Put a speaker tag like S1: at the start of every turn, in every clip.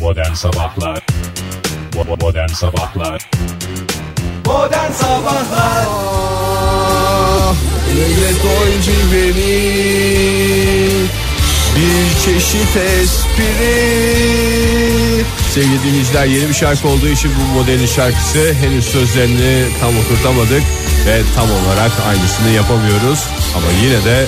S1: Modern Sabahlar Bo- Modern Sabahlar
S2: Modern Sabahlar
S3: Ah, Devlet oyuncu beni bir çeşit espri. Sevgili dinleyiciler yeni bir şarkı olduğu için bu modelin şarkısı henüz sözlerini tam oturtamadık ve tam olarak aynısını yapamıyoruz. Ama yine de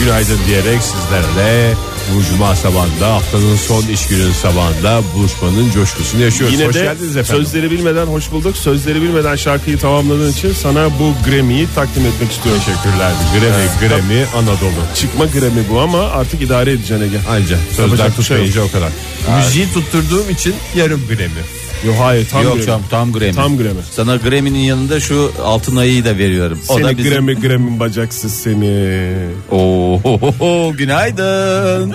S3: günaydın diyerek sizlerle bu cuma sabahında haftanın son iş günün sabahında buluşmanın coşkusunu yaşıyoruz.
S4: Yine
S3: Hoş
S4: de
S3: geldiniz efendim.
S4: sözleri bilmeden hoş bulduk. Sözleri bilmeden şarkıyı tamamladığın için sana bu Grammy'yi takdim etmek istiyorum.
S3: Teşekkürler. Grammy, Grammy Anadolu.
S4: Çıkma Grammy bu ama artık idare edeceksin Ege.
S3: Anca sözler
S4: Yapacak bir şey yok.
S3: tutmayınca o kadar. Müziği tutturduğum için yarım Grammy.
S4: Yok hayır tam
S5: Yok
S4: Grammy.
S5: canım tam Grammy.
S4: Tam Grammy.
S5: Sana Grammy'nin yanında şu altın ayıyı da veriyorum. O
S4: Seni
S5: da bizim...
S4: Grammy Grammy'm bacaksız seni.
S5: Oo, günaydın.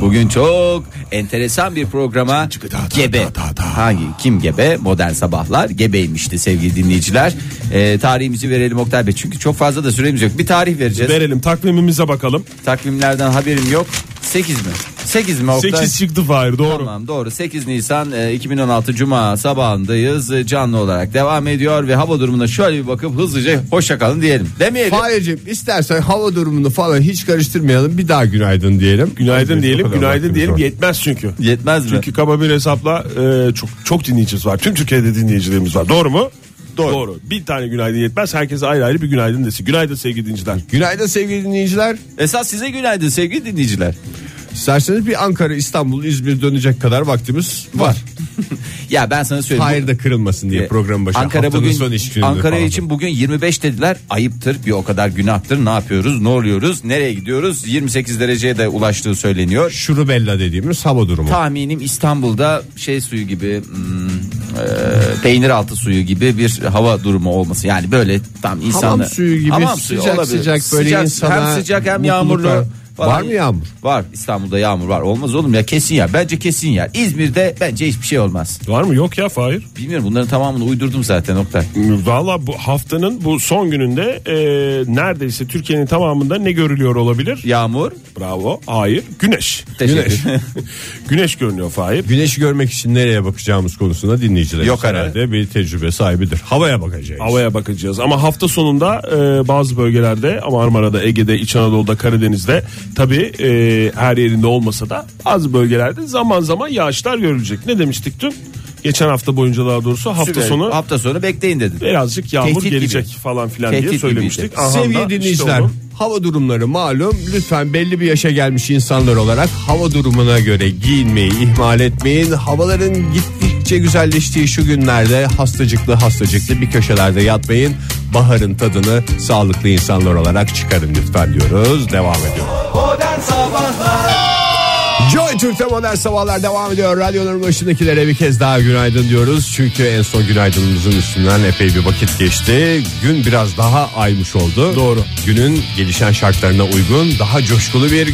S5: Bugün çok enteresan bir programa gebe. Hangi kim gebe? Modern sabahlar gebeymişti sevgili dinleyiciler. Ee, tarihimizi verelim Oktay Bey çünkü çok fazla da süremiz yok. Bir tarih vereceğiz.
S4: Verelim takvimimize bakalım.
S5: Takvimlerden haberim yok. 8 mi? 8 mi Oktay?
S4: 8 çıktı Fahir doğru.
S5: Tamam doğru 8 Nisan e, 2016 Cuma sabahındayız E, canlı olarak devam ediyor ve hava durumuna şöyle bir bakıp hızlıca hoşça kalın diyelim demeyelim.
S3: Fahir'cim istersen hava durumunu falan hiç karıştırmayalım. Bir daha günaydın diyelim.
S4: Günaydın diyelim,
S3: O kadar
S4: günaydın
S3: vaktimiz
S4: diyelim.
S3: var.
S4: Yetmez çünkü.
S5: Yetmez mi?
S4: Çünkü kaba bir hesapla e, çok çok dinleyicimiz var. Tüm Türkiye'de dinleyicilerimiz var. Doğru mu? Doğru. Bir tane günaydın yetmez. Herkese ayrı ayrı bir günaydın desin. Günaydın sevgili dinleyiciler.
S3: Günaydın sevgili dinleyiciler.
S5: Esas size günaydın sevgili dinleyiciler.
S3: İsterseniz bir Ankara, İstanbul, İzmir dönecek kadar vaktimiz var.
S5: Ya ben sana söyleyeyim.
S3: Hayır da kırılmasın
S4: E,
S3: diye program başı.
S5: Ankara
S3: Haftanın
S5: bugün
S3: son iş günüdür
S5: Ankara
S3: falan.
S5: için bugün 25 dediler. Ayıptır. Bir o kadar günahtır. Ne yapıyoruz? Ne oluyoruz? Nereye gidiyoruz? 28 dereceye de ulaştığı söyleniyor.
S3: Şurubella dediğimiz hava durumu.
S5: Tahminim İstanbul'da şey suyu gibi hmm, e, peynir altı suyu gibi bir hava durumu olması. Yani böyle tam insanlar.
S3: Hamam suyu gibi sıcak sıcak böyle insana
S5: Hem sıcak hem
S3: mutluluk ver-
S5: yağmurlu. falan.
S3: Var mı yağmur?
S5: Var. İstanbul'da yağmur var. Olmaz oğlum ya kesin yer. Bence kesin yer. İzmir'de bence hiçbir şey olmaz.
S4: Var mı? Yok ya Fahir.
S5: Bilmiyorum bunların tamamını uydurdum zaten Oktay.
S4: Valla bu haftanın bu son gününde e, neredeyse Türkiye'nin tamamında ne görülüyor olabilir?
S5: Yağmur.
S4: Bravo. Hayır. Güneş.
S5: Teşekkür.
S4: Güneş. güneş görünüyor Fahir.
S3: Güneşi görmek için nereye bakacağımız konusunda dinleyiciler
S5: Yok herhalde.
S3: herhalde bir tecrübe sahibidir. Havaya bakacağız.
S4: Havaya bakacağız ama hafta sonunda e, bazı bölgelerde Marmara'da, Ege'de, İç Anadolu'da, Karadeniz'de tabi her yerinde olmasa da bazı bölgelerde zaman zaman yağışlar görülecek. Ne demiştik dün? Geçen hafta boyunca daha doğrusu hafta
S5: Süper.
S4: sonu
S5: hafta sonu bekleyin dedim.
S4: birazcık yağmur
S5: Tehdit
S4: gelecek
S5: gibi.
S4: falan filan diye
S5: Tehdit
S4: söylemiştik.
S5: gibiydi.
S4: Aha da
S3: Sevgili
S4: işte
S3: dinleyiciler
S4: oldu.
S3: hava durumları malum lütfen belli bir yaşa gelmiş insanlar olarak hava durumuna göre giyinmeyi ihmal etmeyin. Havaların gittikçe güzelleştiği şu günlerde hastacıklı hastacıklı bir köşelerde yatmayın. Baharın tadını sağlıklı insanlar olarak çıkarın lütfen diyoruz devam ediyor.
S2: Modern Sabahlar
S3: Joy Türk'te modern sabahlar devam ediyor. Radyoların başındakilere bir kez daha günaydın diyoruz. Çünkü en son günaydınımızın üstünden epey bir vakit geçti. Gün biraz daha aymış oldu. Doğru. Günün gelişen şartlarına uygun daha coşkulu bir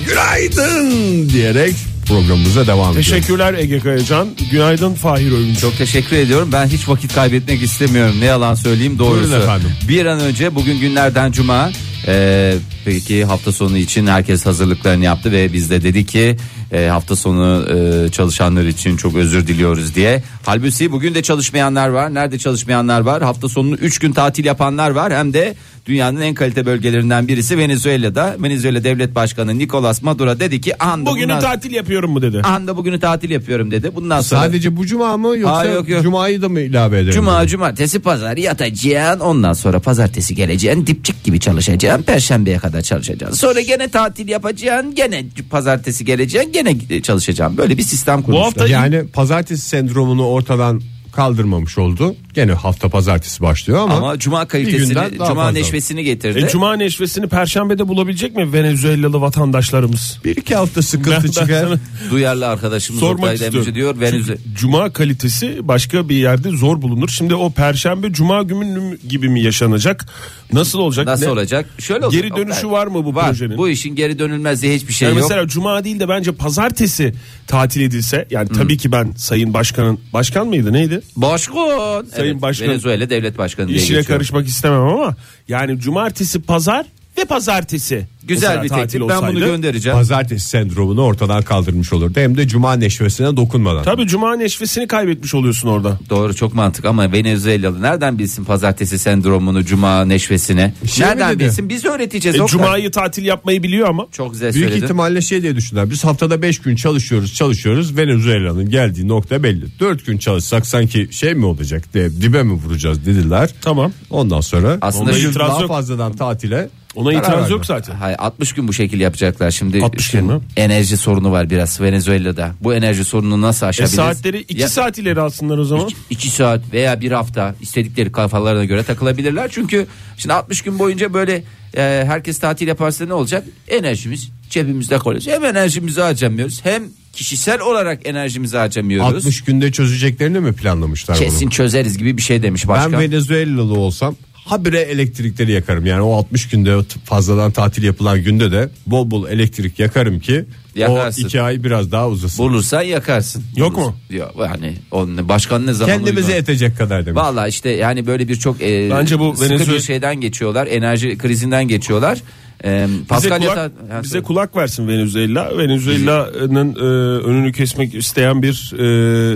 S3: günaydın diyerek programımıza devam ediyoruz.
S4: Teşekkürler Ege Kayacan. Günaydın Fahir Övünç.
S5: Çok teşekkür ediyorum. Ben hiç vakit kaybetmek istemiyorum. Ne yalan söyleyeyim doğrusu.
S3: Buyurun efendim.
S5: Bir an önce bugün günlerden cuma. Ee, peki hafta sonu için herkes hazırlıklarını yaptı ve biz de dedi ki e, hafta sonu e, çalışanlar için çok özür diliyoruz diye. Halbuki bugün de çalışmayanlar var. Nerede çalışmayanlar var? Hafta sonunu 3 gün tatil yapanlar var. Hem de dünyanın en kalite bölgelerinden birisi Venezuela'da. Venezuela Devlet Başkanı Nicolas Maduro dedi ki anda
S4: Bugünü
S5: bundan-
S4: tatil yapıyorum mu dedi.
S5: anda bugünü tatil yapıyorum dedi. Bundan sonra
S3: Sadece bu cuma mı yoksa
S5: Aa, yok, yok.
S3: cumayı da mı ilave edelim?
S5: Cuma, cumartesi, pazar yatacaksın. Ondan sonra pazartesi geleceksin. Dipçik gibi çalışacaksın. Perşembeye kadar çalışacaksın. Sonra gene tatil yapacaksın. Gene pazartesi geleceksin. Gene e, çalışacaksın. Böyle bir sistem kurmuşlar.
S4: hafta-
S3: Yani pazartesi sendromunu ortadan kaldırmamış oldu. Gene hafta pazartesi başlıyor ama,
S5: ama cuma
S3: bir
S5: kalitesini,
S3: günden daha
S5: cuma
S3: fazla.
S5: neşvesini getirdi.
S4: E, Cuma neşvesini perşembede bulabilecek mi Venezuelalı vatandaşlarımız?
S3: bir iki
S4: Ben-
S3: hafta
S4: ben
S3: sıkıntı çıkar.
S4: sana
S5: Duyarlı arkadaşımız
S4: sormak
S5: Oktay Demirci
S4: istiyorum.
S5: diyor. Venüzü.
S4: Çünkü Cuma kalitesi başka bir yerde zor bulunur. Şimdi o perşembe cuma günü gibi mi yaşanacak? Nasıl olacak?
S5: Nasıl
S4: Ne-
S5: olacak? Şöyle olacak.
S4: Geri dönüşü
S5: Oktay.
S4: var mı bu
S5: Var.
S4: projenin?
S5: Bu işin geri dönülmezliği hiçbir şey
S4: Yani
S5: yok.
S4: mesela cuma değil de bence pazartesi tatil edilse yani tabii ki ben sayın başkanın başkan mıydı neydi?
S5: Başkan.
S4: Sayın
S5: evet,
S4: Başkan-
S5: Venezuela devlet başkanı diye
S4: İşine
S5: geçiyor.
S4: karışmak istemem ama yani cumartesi pazar ve pazartesi.
S5: Güzel
S4: Mesela
S5: bir
S4: tatil
S5: teklif. Ben bunu
S4: olsaydı.
S5: göndereceğim.
S3: Pazartesi sendromunu ortadan kaldırmış olurdu. Hem de cuma neşvesine dokunmadan.
S4: Tabii cuma neşvesini kaybetmiş oluyorsun orada.
S5: Doğru çok mantık ama Venezuelalı nereden bilsin pazartesi sendromunu, cuma neşvesini?
S3: Şey mi
S5: nereden
S3: dedi?
S5: bilsin? Biz öğreteceğiz.
S4: E,
S5: Oktay.
S4: cumayı tatil yapmayı biliyor ama.
S5: çok güzel
S3: Büyük
S5: söyledin.
S3: ihtimalle şey diye düşündüler. Biz haftada 5 gün çalışıyoruz çalışıyoruz. Venezuela'nın geldiği nokta belli. 4 gün çalışsak sanki şey mi olacak diye dibe mi vuracağız dediler.
S4: Tamam.
S3: Ondan sonra
S5: Aslında
S3: bir
S5: şu-
S3: yıl
S4: itiraz
S3: daha
S4: yok.
S3: fazladan tatile
S4: Ona
S3: karar
S4: itiraz
S3: verdi.
S4: yok zaten.
S5: Hayır, 60 gün bu şekil yapacaklar şimdi.
S4: 60 gün mü?
S5: Enerji sorunu var biraz Venezuela'da. Bu enerji sorununu nasıl
S4: E,
S5: aşabiliriz?
S4: saatleri 2
S5: Ya-
S4: saat ileri alsınlar o zaman.
S5: İki- iki saat veya bir hafta istedikleri kafalarına göre takılabilirler. Çünkü şimdi 60 gün boyunca böyle e, herkes tatil yaparsa ne olacak? Enerjimiz cebimizde kalıyor. Hem enerjimizi harcamıyoruz hem kişisel olarak enerjimizi harcamıyoruz.
S3: 60 günde çözeceklerini mi planlamışlar
S5: Kesin
S3: bunu?
S5: çözeriz gibi bir şey demiş başkan.
S3: Ben Venezuelalı olsam habire elektrikleri yakarım. Yani o 60 günde t- fazladan tatil yapılan günde de bol bol elektrik yakarım ki
S5: Yakarsın.
S3: o 2 ay biraz daha uzasın.
S5: Bulursan yakarsın.
S4: Yok mu?
S5: Bulursan. Yok yani onun başkan ne zaman
S3: Kendimize
S5: uygun?
S3: yetecek kadar demiş.
S5: Valla işte yani böyle birçok e,
S4: Bence bu
S5: sıkı
S4: Venezuela-
S5: bir şeyden geçiyorlar. Enerji krizinden geçiyorlar. E,
S4: Bize
S5: Pascal
S4: kulak,
S5: yata- Ha,
S4: bize
S5: söyle.
S4: kulak versin Venezuela. Venezuela'nın e, önünü kesmek isteyen bir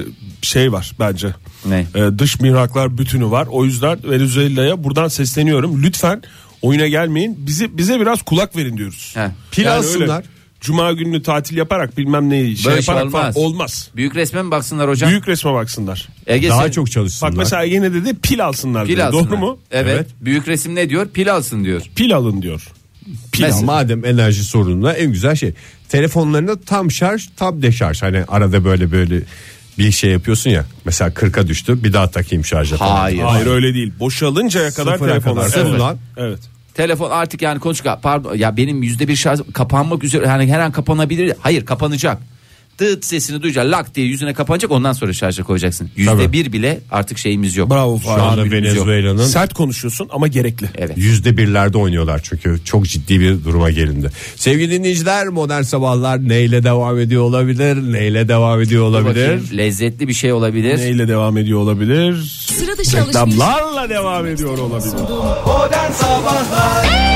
S4: e, şey var bence.
S5: Ne?
S4: E, dış mihraklar bütünü var. O yüzden Venezuela'ya buradan sesleniyorum. Lütfen oyuna gelmeyin. Bizi bize biraz kulak verin diyoruz.
S5: He.
S3: Plansınlar.
S4: öyle Cuma gününü tatil yaparak bilmem neyi şey
S5: Böyle şey
S4: yaparak falan
S5: olmaz.
S4: olmaz.
S5: Büyük resme mi baksınlar hocam?
S4: Büyük resme baksınlar.
S5: Ege
S3: Daha
S5: sen-
S3: çok çalışsınlar.
S4: Bak mesela yine dedi pil alsınlar.
S5: Pil
S4: dedi.
S5: alsınlar.
S4: Doğru mu?
S5: Evet. Büyük resim ne diyor? Pil alsın diyor.
S4: Pil alın diyor. Pil
S3: Ya
S5: Mesela.
S4: alın.
S3: madem enerji sorununa en güzel şey telefonlarında tam şarj tam deşarj hani arada böyle böyle bir şey yapıyorsun ya mesela 40'a düştü bir daha takayım şarja falan.
S5: Hayır.
S4: Hayır öyle değil. Boşalıncaya kadar
S3: Sıfıra
S4: telefonlar.
S3: kadar.
S4: Evet.
S3: Ulan.
S4: evet.
S5: Telefon artık yani konuşka pardon ya benim yüzde bir şarj kapanmak üzere yani her an kapanabilir. Hayır kapanacak. Dıt sesini duyacak lak diye yüzüne kapanacak ondan sonra şarja koyacaksın. Yüzde
S3: Tabii.
S5: bir bile artık şeyimiz yok.
S4: Bravo
S3: Şu anda
S5: tahammülümüz yok.
S3: Venezuela'nın
S4: Sert konuşuyorsun ama gerekli.
S5: Evet.
S3: Yüzde birlerde oynuyorlar çünkü çok ciddi bir duruma gelindi. Sevgili dinleyiciler modern sabahlar neyle devam ediyor olabilir neyle devam ediyor olabilir.
S5: Bakayım, lezzetli bir şey olabilir.
S4: Neyle devam ediyor olabilir?
S6: Sıra dışı
S4: Reklamlarla devam ediyor olabilir.
S2: Modern Sabahlar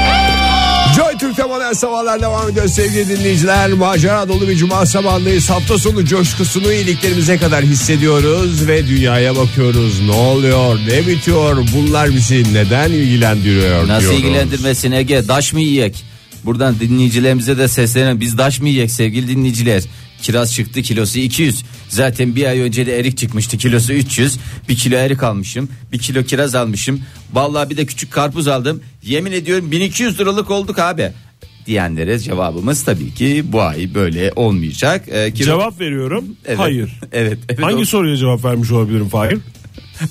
S3: Joy Türk'te modern sabahlar devam ediyor sevgili dinleyiciler. Macera dolu bir cuma sabahındayız. Hafta sonu coşkusunu iyiliklerimize kadar hissediyoruz ve dünyaya bakıyoruz. Ne oluyor, ne bitiyor, bunlar bizi neden ilgilendiriyor
S5: Nasıl
S3: diyoruz.
S5: ilgilendirmesin Ege? Daş mı yiyek? Buradan dinleyicilerimize de seslenelim. Biz daş mı yiyek sevgili dinleyiciler? Kiraz çıktı kilosu 200. Zaten bir ay önce de erik çıkmıştı kilosu 300. Bir kilo erik almışım. Bir kilo kiraz almışım. Vallahi bir de küçük karpuz aldım. Yemin ediyorum 1200 liralık olduk abi. Diyenlere cevabımız tabii ki bu ay böyle olmayacak. Ee, kilo-
S4: Cevap veriyorum.
S5: Evet.
S4: Hayır.
S5: evet. evet
S4: Hangi
S5: O-
S4: soruya cevap vermiş olabilirim Fahir?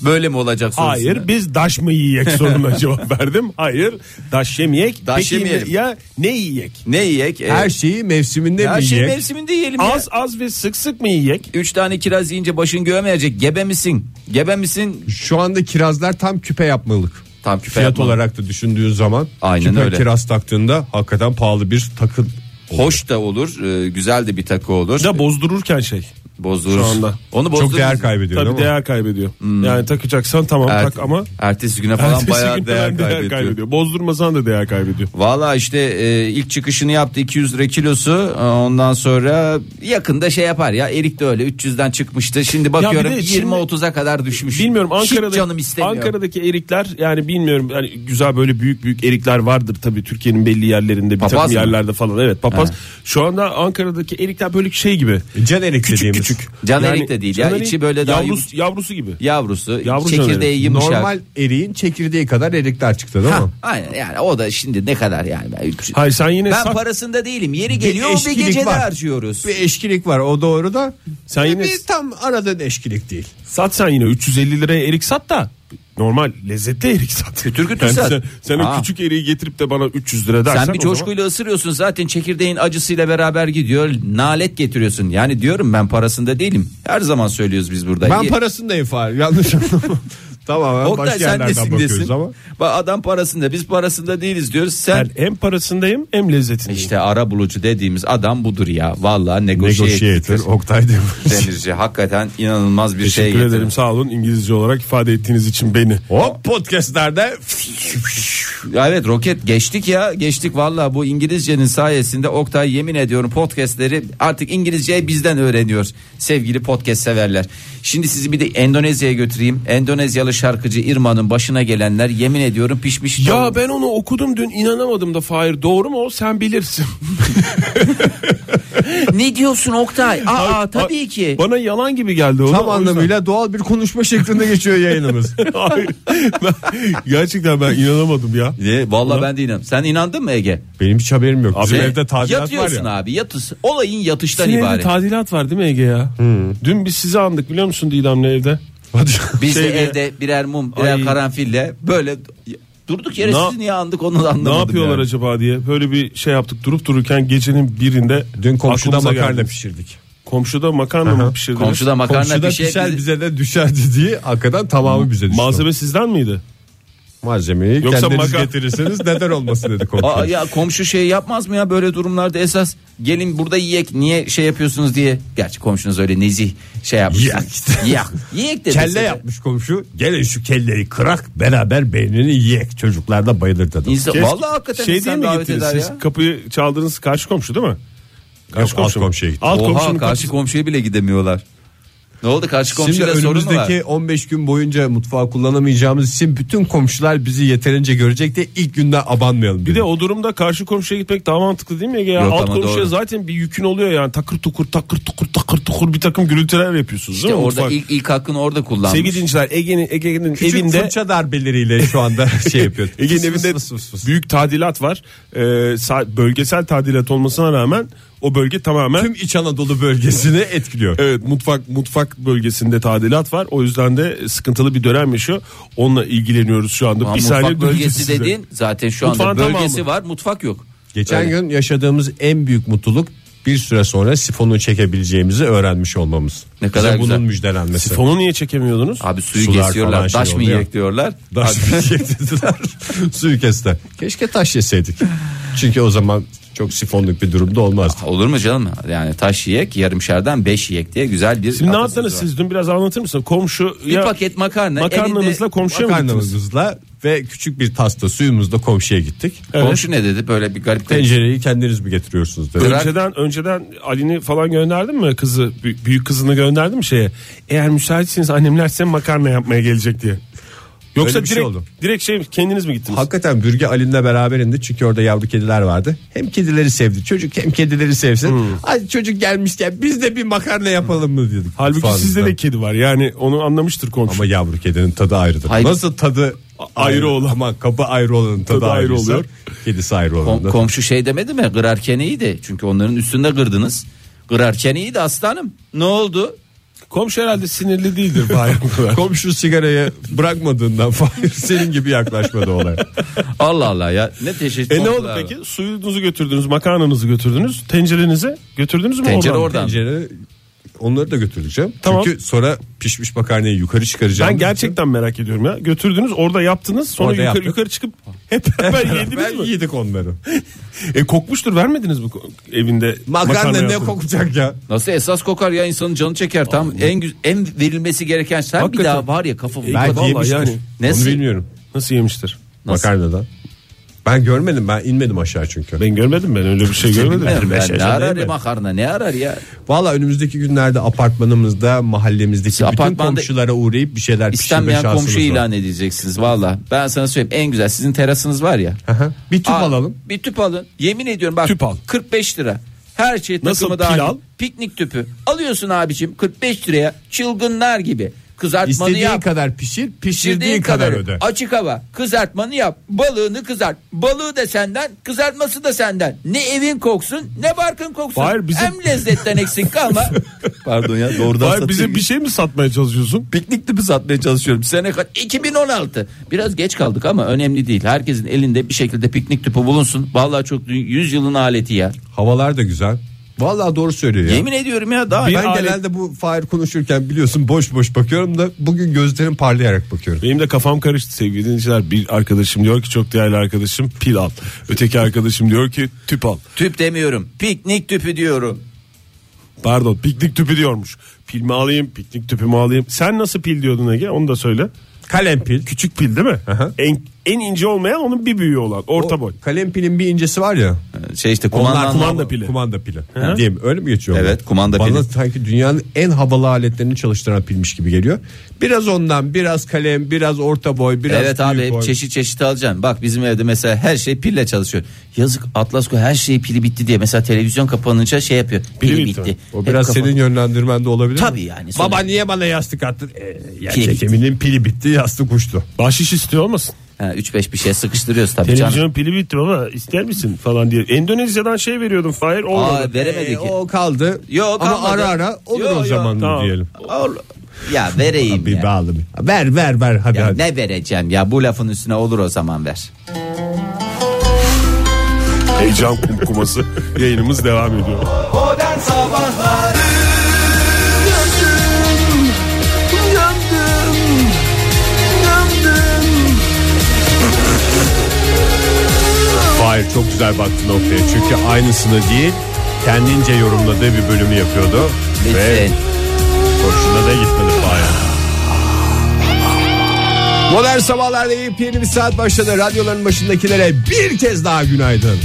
S5: böyle mi olacak sorusuna?
S4: Hayır. Biz daş mı yiyek soruna cevap verdim. Hayır. Daş yemeyek.
S5: Daş
S4: Peki
S5: yemeyelim.
S4: ya ne yiyek?
S5: Ne yiyek? Ee,
S3: Her şeyi mevsiminde
S5: her
S3: mi
S5: şey
S3: yiyek?
S5: mevsiminde yiyelim ya.
S4: şey Az az ve sık sık mı yiyek?
S5: Üç tane kiraz yiyince başın göğemeyecek. Gebe misin? Gebe misin?
S3: Şu anda kirazlar tam küpe yapmalık.
S5: Tam küpe
S3: Fiyat
S5: yapma.
S3: olarak da düşündüğün zaman
S5: Aynen
S3: küpe
S5: öyle.
S3: kiraz taktığında hakikaten pahalı bir takı.
S5: Hoş da olur. e, güzel de bir takı olur.
S4: Bir de bozdururken şey.
S5: Bozdururuz.
S4: Şu anda.
S5: Onu bozdururuz.
S3: Çok değer kaybediyor
S4: Tabii
S3: değil mi?
S4: değer kaybediyor.
S5: Hmm.
S4: Yani takacaksan tamam
S5: Ert-
S4: tak ama
S5: Ertesi güne falan
S4: ertesi
S5: bayağı
S4: gün
S5: değer,
S4: falan değer
S5: kaybediyor.
S4: kaybediyor. Bozdurmasan da değer kaybediyor.
S5: Valla işte e, ilk çıkışını yaptı 200 lira kilosu E, ondan sonra yakında şey yapar ya erik de öyle 300'den çıkmıştı şimdi bakıyorum
S4: bir de şimdi-
S5: 20-30'a kadar düşmüş.
S4: Bilmiyorum
S5: Hiç
S4: Ankara'da
S5: canım istemiyor.
S4: Ankara'daki erikler yani bilmiyorum yani güzel böyle büyük büyük erikler vardır tabii Türkiye'nin belli yerlerinde bir
S5: Papaz
S4: takım
S5: mı?
S4: yerlerde falan evet papaz. Şu anda Ankara'daki erikler böyle şey gibi.
S3: Can erik
S4: Küçük
S3: dediğimiz.
S4: küçük.
S5: Can erik de değil ya,
S4: can
S5: içi böyle daha
S4: yavrusu, yavrusu gibi.
S5: Yavrusu
S4: Yavru
S5: çekirdeği
S4: canım.
S5: yumuşak.
S3: Normal eriğin çekirdeği kadar erikler çıktı değil
S5: Ha,
S3: mi?
S5: aynen yani o da şimdi ne kadar yani. Ben,
S4: Hayır sen yine
S5: ben
S4: sak,
S5: parasında değilim yeri geliyor bir,
S3: eşkilik
S5: gecede
S3: var.
S5: harcıyoruz.
S3: Bir eşkilik var o doğru da.
S4: Sen
S3: E,
S4: yine-
S3: bir tam arada da eşkilik değil.
S4: sat sen yine 350 liraya erik sat da normal lezzetli erik sat.
S5: Kütür kütür
S4: Yani
S5: sat.
S4: Sen, sen
S5: Aa.
S4: o küçük eriği getirip de bana 300 lira dersen
S5: Sen bir
S4: o zaman-
S5: coşkuyla ısırıyorsun zaten çekirdeğin acısıyla beraber gidiyor nalet getiriyorsun. Yani diyorum ben parasında değilim. Her zaman söylüyoruz biz burada.
S3: Ben
S5: Ye-
S3: parasındayım Fahir yanlış anlama. Tamamen
S5: Oktay
S3: başka
S5: sen
S3: yerlerden bakıyoruz
S5: nesindesin?
S3: ama.
S5: Bak adam parasında biz parasında değiliz diyoruz. Sen
S4: Ben hem parasındayım hem lezzetindeyim.
S5: işte ara bulucu dediğimiz adam budur ya. Vallahi negotiator.
S3: Negotiator Oktay demiş.
S5: Demirci hakikaten inanılmaz bir şey.
S4: Teşekkür
S5: getirir.
S4: ederim sağ olun İngilizce olarak ifade ettiğiniz için beni.
S3: Hop podcastlerde
S5: Ya Evet roket geçtik ya geçtik valla bu İngilizcenin sayesinde Oktay yemin ediyorum podcastleri artık İngilizceyi bizden öğreniyor sevgili podcast severler. Şimdi sizi bir de Endonezya'ya götüreyim. Endonezyalı şarkıcı Irma'nın başına gelenler yemin ediyorum pişmiş.
S4: Ya ben onu okudum dün inanamadım da Fahir doğru mu o sen bilirsin.
S5: Ne diyorsun Oktay? Aa tabii ki.
S4: Bana yalan gibi geldi o. da, o
S3: tam
S4: yüzden-
S3: anlamıyla doğal bir konuşma şeklinde geçiyor yayınımız.
S4: Hayır. Ben- gerçekten ben inanamadım ya.
S5: Ne? Valla ben de inan. Sen inandın mı Ege?
S3: Benim hiç haberim yok. Bizim
S5: Ne?
S3: evde tadilat var
S5: Yatıyorsun
S3: ya.
S5: abi yatış. Olayın yatıştan
S4: Senin evde
S5: ibaret.
S4: tadilat var değil mi Ege ya?
S3: Hmm.
S4: Dün biz sizi andık biliyor musun Didem'le evde?
S5: Biz de
S4: Şey diye-
S5: evde birer mum birer
S4: Ay.
S5: karanfille böyle durduk yere
S4: Ne-
S5: sizi niye andık onu da anlamadım.
S4: ne yapıyorlar
S5: yani.
S4: acaba diye böyle bir şey yaptık durup dururken gecenin birinde
S3: Dün komşuda
S4: aklımıza
S3: makarna
S4: geldi.
S3: pişirdik.
S4: Komşuda makarna mı pişirdiniz?
S5: Komşuda makarna şey
S3: Komşuda
S5: pişer,
S3: pişer
S5: bize-
S3: bize de düşer dediği hakikaten tamamı bize düştü.
S4: Malzeme sizden miydi?
S3: Malzemeyi
S4: Yoksa
S3: kendiniz
S4: maka-
S3: getirirseniz neden olmasın dedi
S5: Aa,
S3: komşu.
S5: ya komşu şey yapmaz mı ya böyle durumlarda esas gelin burada yiyek niye şey yapıyorsunuz diye. Gerçi komşunuz öyle nezih şey yapmış.
S3: Yiyek işte.
S5: Yiyek. Yiyek de
S3: Kelle
S5: dese de.
S3: yapmış komşu. Gelin şu kelleyi kırak beraber beynini yiyek. Çocuklar da bayılır dedi.
S5: İnsan,
S4: Keşke-
S5: vallahi hakikaten
S4: şey değil
S5: insan
S4: mi
S5: davet
S4: gittiniz
S5: eder
S4: siz?
S5: ya.
S4: Kapıyı çaldınız karşı komşu değil mi? Karşı
S3: alt
S4: komşu mu?
S3: komşuya gittim.
S4: Alt
S5: Oha
S4: komşunun
S5: karşı
S4: karşı
S5: komşuya bile gidemiyorlar. Ne oldu karşı
S3: Şimdi
S5: komşuyla sorun mu var?
S3: önümüzdeki 15 gün boyunca mutfağı kullanamayacağımız için bütün komşular bizi yeterince görecek de ilk günden abanmayalım.
S4: bir
S3: dedi.
S4: de o durumda karşı komşuya gitmek daha mantıklı değil mi Ege? Ya?
S5: Yok
S4: Alt
S5: ama
S4: komşuya
S5: doğru.
S4: zaten bir yükün oluyor yani takır tukur takır tukur takır tukur bir takım gürültüler yapıyorsunuz
S5: İşte
S4: değil mi?
S5: orada
S4: Mutfak.
S5: ilk, ilk hakkını orada kullanmış.
S4: Sevgili dinciler Ege'nin Ege'nin
S3: Küçük
S4: evinde
S3: fırça darbeleriyle şu anda şey yapıyor.
S4: E, Ege'nin
S3: Fıs fıs
S4: evinde
S3: fıs fıs fıs.
S4: büyük tadilat var. Ee, sa- bölgesel tadilat olmasına rağmen o bölge tamamen
S3: tüm İç Anadolu bölgesini etkiliyor.
S4: Evet mutfak mutfak bölgesinde tadilat var. O yüzden de sıkıntılı bir dönem yaşıyor. Onunla ilgileniyoruz şu anda.
S5: Ama
S4: bir
S5: mutfak
S4: saniye
S5: bölgesi
S4: size.
S5: dediğin zaten şu anda
S4: Mutfağın
S5: bölgesi
S4: tamamı.
S5: var mutfak yok.
S3: Geçen
S5: Öyle.
S3: gün yaşadığımız en büyük mutluluk bir süre sonra sifonu çekebileceğimizi öğrenmiş olmamız.
S5: Ne kadar
S3: Bize bunun
S5: güzel.
S3: müjdelenmesi.
S4: Sifonu niye çekemiyordunuz?
S5: Abi suyu
S3: Sular falan
S5: kesiyorlar
S3: şey
S5: taş mı
S3: oluyor.
S5: yiyek diyorlar.
S3: Taş şey dediler. Suyu kestiler. Keşke taş yeseydik. Çünkü o zaman çok sifonluk bir durumda olmazdı.
S5: Olur mu canım? Yani taş yiyek yarımşerden beş yiyek diye güzel bir
S4: Şimdi ne
S5: atasözü
S4: yaptınız
S5: var.
S4: siz dün biraz anlatır mısın? Komşu
S5: Bir paket makarna.
S4: makarnanızla
S5: elinde-
S4: komşuya mı gittiniz?
S3: Makarnamızla ve küçük bir tasta suyumuzla komşuya gittik.
S5: Komşu ne dedi böyle bir garip
S3: Tencereyi kendiniz mi getiriyorsunuz dedi.
S5: Bırak-
S4: Önceden önceden Ali'ni falan gönderdin mi kızı bü- büyük kızını gönderdin mi şeye? Eğer müsaitseniz annemler size makarna yapmaya gelecek diye. Yoksa
S3: Öyle bir şey
S4: direkt
S3: oldu.
S4: direkt şey kendiniz mi gittiniz?
S3: Hakikaten bürge Ali'nle beraber indi çünkü orada yavru kediler vardı. Hem kedileri sevdi çocuk hem kedileri sevsin.
S4: Hmm.
S3: Ay çocuk gelmişken biz de bir makarna yapalım mı dedik.
S4: Halbuki
S3: mutfağımızda.
S4: sizde de kedi var. Yani onu anlamıştır komşu.
S3: Ama yavru kedinin tadı ayrıdır.
S5: Hayır.
S3: Nasıl tadı ayrı olan ama kabı ayrı olanın tadı,
S4: Tadı ayrı
S3: ayrı
S4: oluyor.
S3: oluyor. Kedisi ayrı
S5: Kom-
S3: olanın da-
S5: komşu şey demedi mi? Kırarken iyiydi. Çünkü onların üstünde kırdınız. Kırarken iyiydi aslanım. Ne oldu?
S4: Komşu herhalde sinirli değildir bayram kadar.
S3: Komşu sigarayı bırakmadığından Fahir senin gibi yaklaşmadı olaya.
S5: Allah Allah ya. Ne teşekkür
S4: E ne oldu peki? Suyunuzu götürdünüz, makarnanızı götürdünüz, tencerenizi götürdünüz mü
S5: Tencere
S4: oradan?
S5: oradan.
S3: Tencere onları da götüreceğim.
S4: Tamam.
S3: Çünkü sonra pişmiş makarnayı yukarı çıkaracağım.
S4: Ben gerçekten merak ediyorum ya. Götürdünüz, orada yaptınız, sonra
S3: Orada
S4: yukarı,
S3: yaptık.
S4: yukarı çıkıp hep beraber yediniz
S3: ben
S4: mi?
S3: yedik onları.
S4: E kokmuştur, vermediniz mi ko- evinde
S3: Makarna, ne
S4: yapın?
S3: kokacak ya?
S5: Nasıl esas kokar ya insanın canı çeker tam en güz- en verilmesi gereken sen bir
S4: Hakikaten.
S5: daha var ya kafa
S3: Belki
S4: vallahi
S3: yemiştir.
S4: yani.
S5: Nasıl?
S3: Onu bilmiyorum.
S4: Nasıl yemiştir?
S5: Nasıl?
S3: Makarnadan. Ben görmedim ben inmedim aşağı çünkü.
S4: Ben görmedim ben öyle bir şey görmedim.
S5: Ben- ben ne arar ya
S4: Ben-
S5: makarna ne arar ya
S3: Valla önümüzdeki günlerde apartmanımızda mahallemizdeki
S5: Siz
S3: bütün
S5: apartmanda-
S3: komşulara uğrayıp bir şeyler pişirme
S5: istenmeyen
S3: şansımız
S5: komşu
S3: var.
S5: ilan edeceksiniz valla ben sana söyleyeyim en güzel sizin terasınız var ya
S3: Aha. Bir tüp
S5: Aa,
S3: alalım.
S5: Bir tüp alın. Yemin ediyorum bak.
S4: Tüp al.
S5: 45 lira. Her şey takımı
S4: Nasıl, pil
S5: dahil.
S4: al?
S5: Piknik tüpü. Alıyorsun abicim 45 liraya çılgınlar gibi. Kızartmanı
S3: İstediğin
S5: yap.
S3: kadar pişir, pişirdiğin
S5: Pişirdiğin
S3: kadar
S5: kadarı.
S3: öde.
S5: Açık hava. Kızartmanı yap. Balığını kızart. Balığı da senden, kızartması da senden. Ne evin koksun, ne barkın koksun.
S4: Hayır, bizim-
S5: Hem lezzetten eksik kalma. Pardon ya doğrudan
S4: Vay bize bir şey mi satmaya çalışıyorsun?
S5: Piknik tüpü satmaya çalışıyorum. Sene kaç? 2016. Biraz geç kaldık ama önemli değil. Herkesin elinde bir şekilde piknik tüpü bulunsun. Vallahi çok dü- 100 yılın aleti ya.
S3: Havalar da güzel. Vallahi doğru söylüyor ya.
S5: Yemin ediyorum ya daha
S3: ben
S4: alet-
S3: genelde bu Fahir konuşurken biliyorsun boş boş bakıyorum da bugün gözlerim parlayarak bakıyorum.
S4: Benim de kafam karıştı sevgili dinleyiciler. Bir arkadaşım diyor ki çok değerli arkadaşım pil al. Öteki arkadaşım diyor ki tüp al.
S5: tüp demiyorum. Piknik tüpü diyorum.
S4: Pardon piknik tüpü diyormuş. Pil mi alayım piknik tüpü mü alayım. Sen nasıl pil diyordun Ege onu da söyle.
S3: Kalem pil.
S4: Küçük pil değil mi? En, en ince olmayan onun bir büyüğü olan orta boy.
S3: Kalem pilin bir incesi var ya.
S5: Şey işte
S4: Onlar
S5: kumandan
S4: kumanda pili.
S3: Kumanda pili. Diyeyim öyle mi geçiyor?
S5: Evet,
S3: bu?
S5: kumanda
S3: Bana
S5: pili.
S3: sanki dünyanın en havalı aletlerini çalıştıran pilmiş gibi geliyor. Biraz ondan, biraz kalem, biraz orta boy, biraz
S5: Evet abi
S3: büyük
S5: hep
S3: boy.
S5: çeşit çeşit alacaksın. Bak bizim evde mesela her şey pille çalışıyor. Yazık Atlasko her şey pili bitti diye. Mesela televizyon kapanınca şey yapıyor. Pili,
S4: Pili bitti.
S5: bitti.
S3: O
S5: Hep
S3: biraz
S5: kapalı.
S3: senin yönlendirmen de olabilir
S5: Tabii
S3: mi?
S5: yani.
S3: Baba
S5: Sonra-
S3: niye bana yastık attın? Ee,
S5: Pili
S3: gerçek
S5: bitti.
S3: eminin pili bitti, yastık uçtu.
S4: Bahşiş istiyor olmasın?
S5: Ha, 3-5 bir şey sıkıştırıyoruz tabii canım.
S4: Televizyonun pili bitti baba ister misin falan diye. Endonezya'dan şey veriyordum Fahir olmadı.
S5: Aa veremedik.
S3: Ee, o kaldı.
S5: Yok,
S3: Ama
S5: kalmadı.
S3: ara ara olur
S5: Yok,
S3: o
S5: yok.
S3: zaman mı
S4: Tamam.
S3: diyelim.
S5: Ol- Ya vereyim
S3: Bir
S5: ya.
S3: bağlı. bir- Ver ver ver hadi
S5: ya.
S3: hadi.
S5: Ne vereceğim ya bu lafın üstüne olur o zaman ver.
S4: Heyecan kumkuması yayınımız devam ediyor.
S2: Modern Sabahlar
S3: Hayır çok güzel baktı noktaya. Çünkü aynısını değil kendince yorumladığı bir bölümü yapıyordu. Ve
S5: Lütfen.
S3: hoşuna da gitmedi Fahir. Modern sabahlarda yiyip yeni bir saat başladı. Radyoların başındakilere bir kez daha günaydın.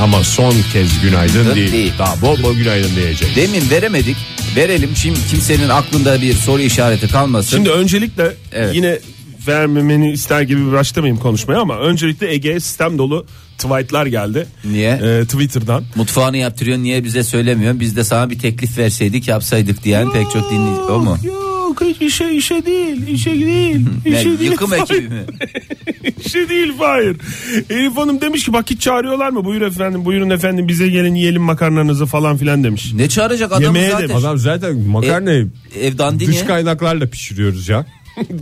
S3: Ama son kez günaydın
S5: Günaydın
S3: değil.
S5: değil.
S3: Daha bol bol günaydın diyecek.
S5: Demin veremedik. Verelim şimdi kimsenin aklında bir soru işareti kalmasın.
S4: Şimdi öncelikle
S5: Evet.
S4: yine vermemeni ister gibi başlamayayım konuşmaya ama öncelikle Ege'ye sistem dolu tweetler geldi.
S5: Niye?
S4: Ee, Twitter'dan.
S5: Mutfağını yaptırıyor niye bize söylemiyorsun? Biz de sana bir teklif verseydik yapsaydık diyen pek çok dinleyici o mu?
S4: Yok işe işe değil işe değil.
S5: Ne,
S4: işe şey değil,
S5: yıkım
S4: Fahir.
S5: ekibi mi?
S4: işe değil Fahir. Elif Hanım demiş ki bak hiç çağırıyorlar mı? Buyur efendim buyurun efendim bize gelin yiyelim makarnanızı falan filan demiş.
S5: Ne çağıracak adamı
S4: Yemeğe
S5: zaten?
S4: de-
S3: Adam zaten makarnayı
S5: Evden
S3: dış
S5: dinle.
S3: kaynaklarla pişiriyoruz ya.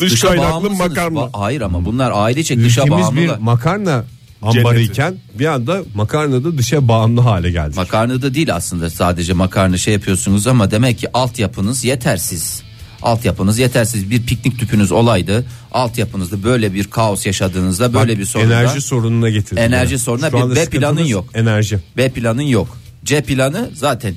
S4: Dış
S5: Dışa
S4: kaynaklı
S5: bağımlısınız.
S4: makarna.
S5: Ba- Hayır ama bunlar ailecek dışa
S3: Ülkemiz bir
S5: bağımlılar.
S3: makarna ambarıyken bir anda makarna da dışa bağımlı hale geldi.
S5: Makarna da değil aslında sadece makarna şey yapıyorsunuz ama demek ki altyapınız yetersiz. Altyapınız yetersiz bir piknik tüpünüz olaydı. Altyapınızda böyle bir kaos yaşadığınızda böyle bir sorunda
S3: Enerji sorununa getirdi.
S5: Enerji
S3: Yani.
S5: sorununa
S3: Şu
S5: bir
S3: anda
S5: B
S3: sıkıntımız
S5: planın yok.
S3: Enerji.
S5: B planın yok. C planı zaten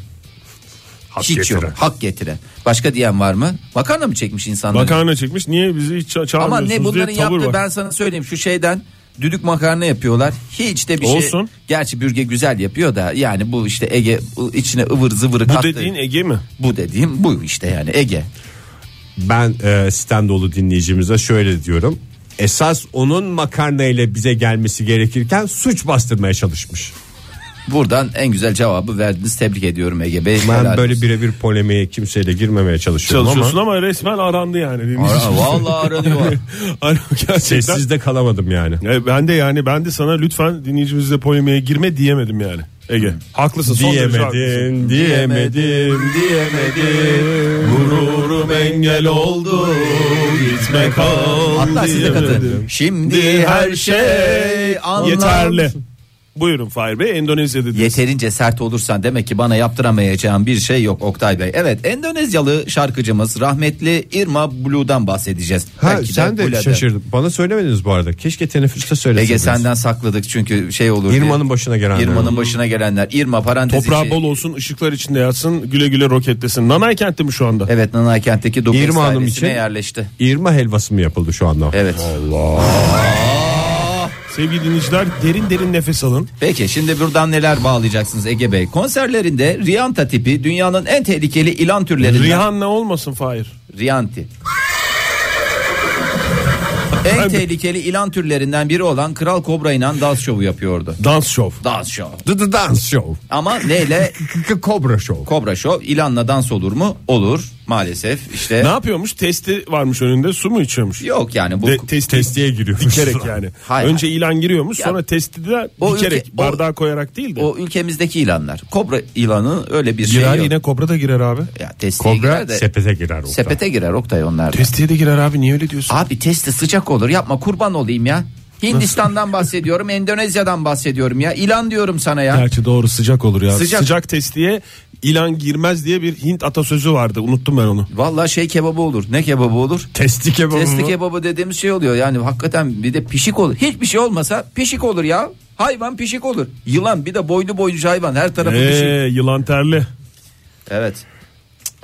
S3: Hak
S5: hiç
S3: getiren.
S5: yok. Hak getiren. Başka diyen var mı? Makarna mı çekmiş insanlar?
S4: Makarna çekmiş niye bizi hiç ça-
S5: Ama
S4: çağırmıyorsunuz
S5: ne bunların
S4: diye tavır
S5: yaptığı
S4: var.
S5: ben sana söyleyeyim şu şeyden düdük makarna yapıyorlar. Hiç de bir şey.
S4: Olsun.
S5: Gerçi bürge güzel yapıyor da yani bu işte Ege içine ıvır zıvırı
S4: Bu
S5: kattı.
S4: dediğin Ege mi?
S5: bu dediğim bu işte yani Ege.
S3: Ben e, sistem dolu dinleyicimize şöyle diyorum. Esas onun makarna ile bize gelmesi gerekirken suç bastırmaya çalışmış.
S5: Buradan en güzel cevabı verdiniz. Tebrik ediyorum Ege Bey.
S3: Ben
S5: Helal
S3: böyle
S5: olsun.
S3: birebir polemiğe kimseyle girmemeye çalışıyorum
S4: Çalışıyorsun
S3: ama
S4: ama, resmen arandı yani.
S5: Ara, vallahi aranıyor.
S4: Alo, gerçekten.
S3: sessiz de kalamadım yani.
S4: Ya ben de yani ben de sana lütfen dinleyicimizle polemiğe girme diyemedim yani. Ege haklısın son derece haklısın.
S3: Diyemedim, diyemedim, diyemedim. Gururum engel oldu. Gitme kal.
S5: Hatta siz de katılın. Şimdi her şey anlam-
S4: yeterli. şey Buyurun Fahir Bey Endonezya dediniz.
S5: Yeterince sert olursan demek ki bana yaptıramayacağım bir şey yok Oktay Bey. Evet Endonezyalı şarkıcımız rahmetli Irma Blue'dan bahsedeceğiz.
S3: Ha
S5: Belki
S3: sen de
S5: Blue'da.
S3: şaşırdın. Bana söylemediniz bu arada. Keşke teneffüste söyleseydiniz.
S5: Ege senden sakladık çünkü şey olur. diye.
S3: İrma'nın başına gelenler.
S5: İrma'nın başına gelenler. İrma parantez
S4: Toprağı
S5: içi-
S4: bol olsun ışıklar içinde yatsın güle güle roketlesin. Nanay kentte mi şu anda?
S5: Evet Nanaykentteki dokuz
S3: İrma Hanım için-
S5: yerleşti.
S3: İrma helvası mı yapıldı şu anda?
S5: Evet.
S4: Sevgili dinleyiciler derin derin nefes alın.
S5: Peki şimdi buradan neler bağlayacaksınız Ege Bey? Konserlerinde Riyanta tipi dünyanın en tehlikeli ilan türlerinden.
S4: Rihanna olmasın Fahir.
S5: Riyanti. en tehlikeli ilan türlerinden biri olan Kral Kobra ile dans şovu yapıyordu.
S4: Dans şov.
S5: Dans şovu.
S3: The, the Dance Show.
S5: Ama neyle?
S3: K- Kobra Show.
S5: Kobra şov ilanla dans olur mu? Olur maalesef işte.
S4: Ne yapıyormuş? Testi varmış önünde su mu içiyormuş?
S5: Yok yani bu
S4: De, testi
S3: Testiye giriyor.
S4: dikerek yani.
S5: Hayır,
S4: Önce ilan giriyormuş
S5: Ya-
S4: sonra testi de
S5: O
S4: dikerek
S5: ülke- o-
S4: bardağa koyarak değil de.
S5: o ülkemizdeki ilanlar. Kobra ilanı öyle bir
S4: girer
S5: şey yok.
S4: yine kobra da girer abi.
S5: Ya testiye
S3: Kobra
S5: girer de
S3: sepete girer. Oktay.
S5: sepete girer Oktay onlar. da.
S4: Testiye de girer abi niye öyle diyorsun?
S5: Abi testi sıcak olur yapma kurban olayım ya. Hindistan'dan bahsediyorum, Endonezya'dan bahsediyorum ya. İlan diyorum sana ya.
S4: Gerçi doğru sıcak olur ya.
S5: Sıcak.
S4: Sıcak, testiye ilan girmez diye bir Hint atasözü vardı. Unuttum ben onu.
S5: Vallahi şey kebabı olur. Ne kebabı olur?
S3: Testi kebabı
S5: Testi
S3: mı?
S5: kebabı dediğimiz şey oluyor. Yani hakikaten bir de pişik olur. Hiçbir şey olmasa pişik olur ya. Hayvan pişik olur. Yılan bir de boylu boyunca hayvan her tarafı pişik.
S4: Eee yılan terli.
S5: Evet.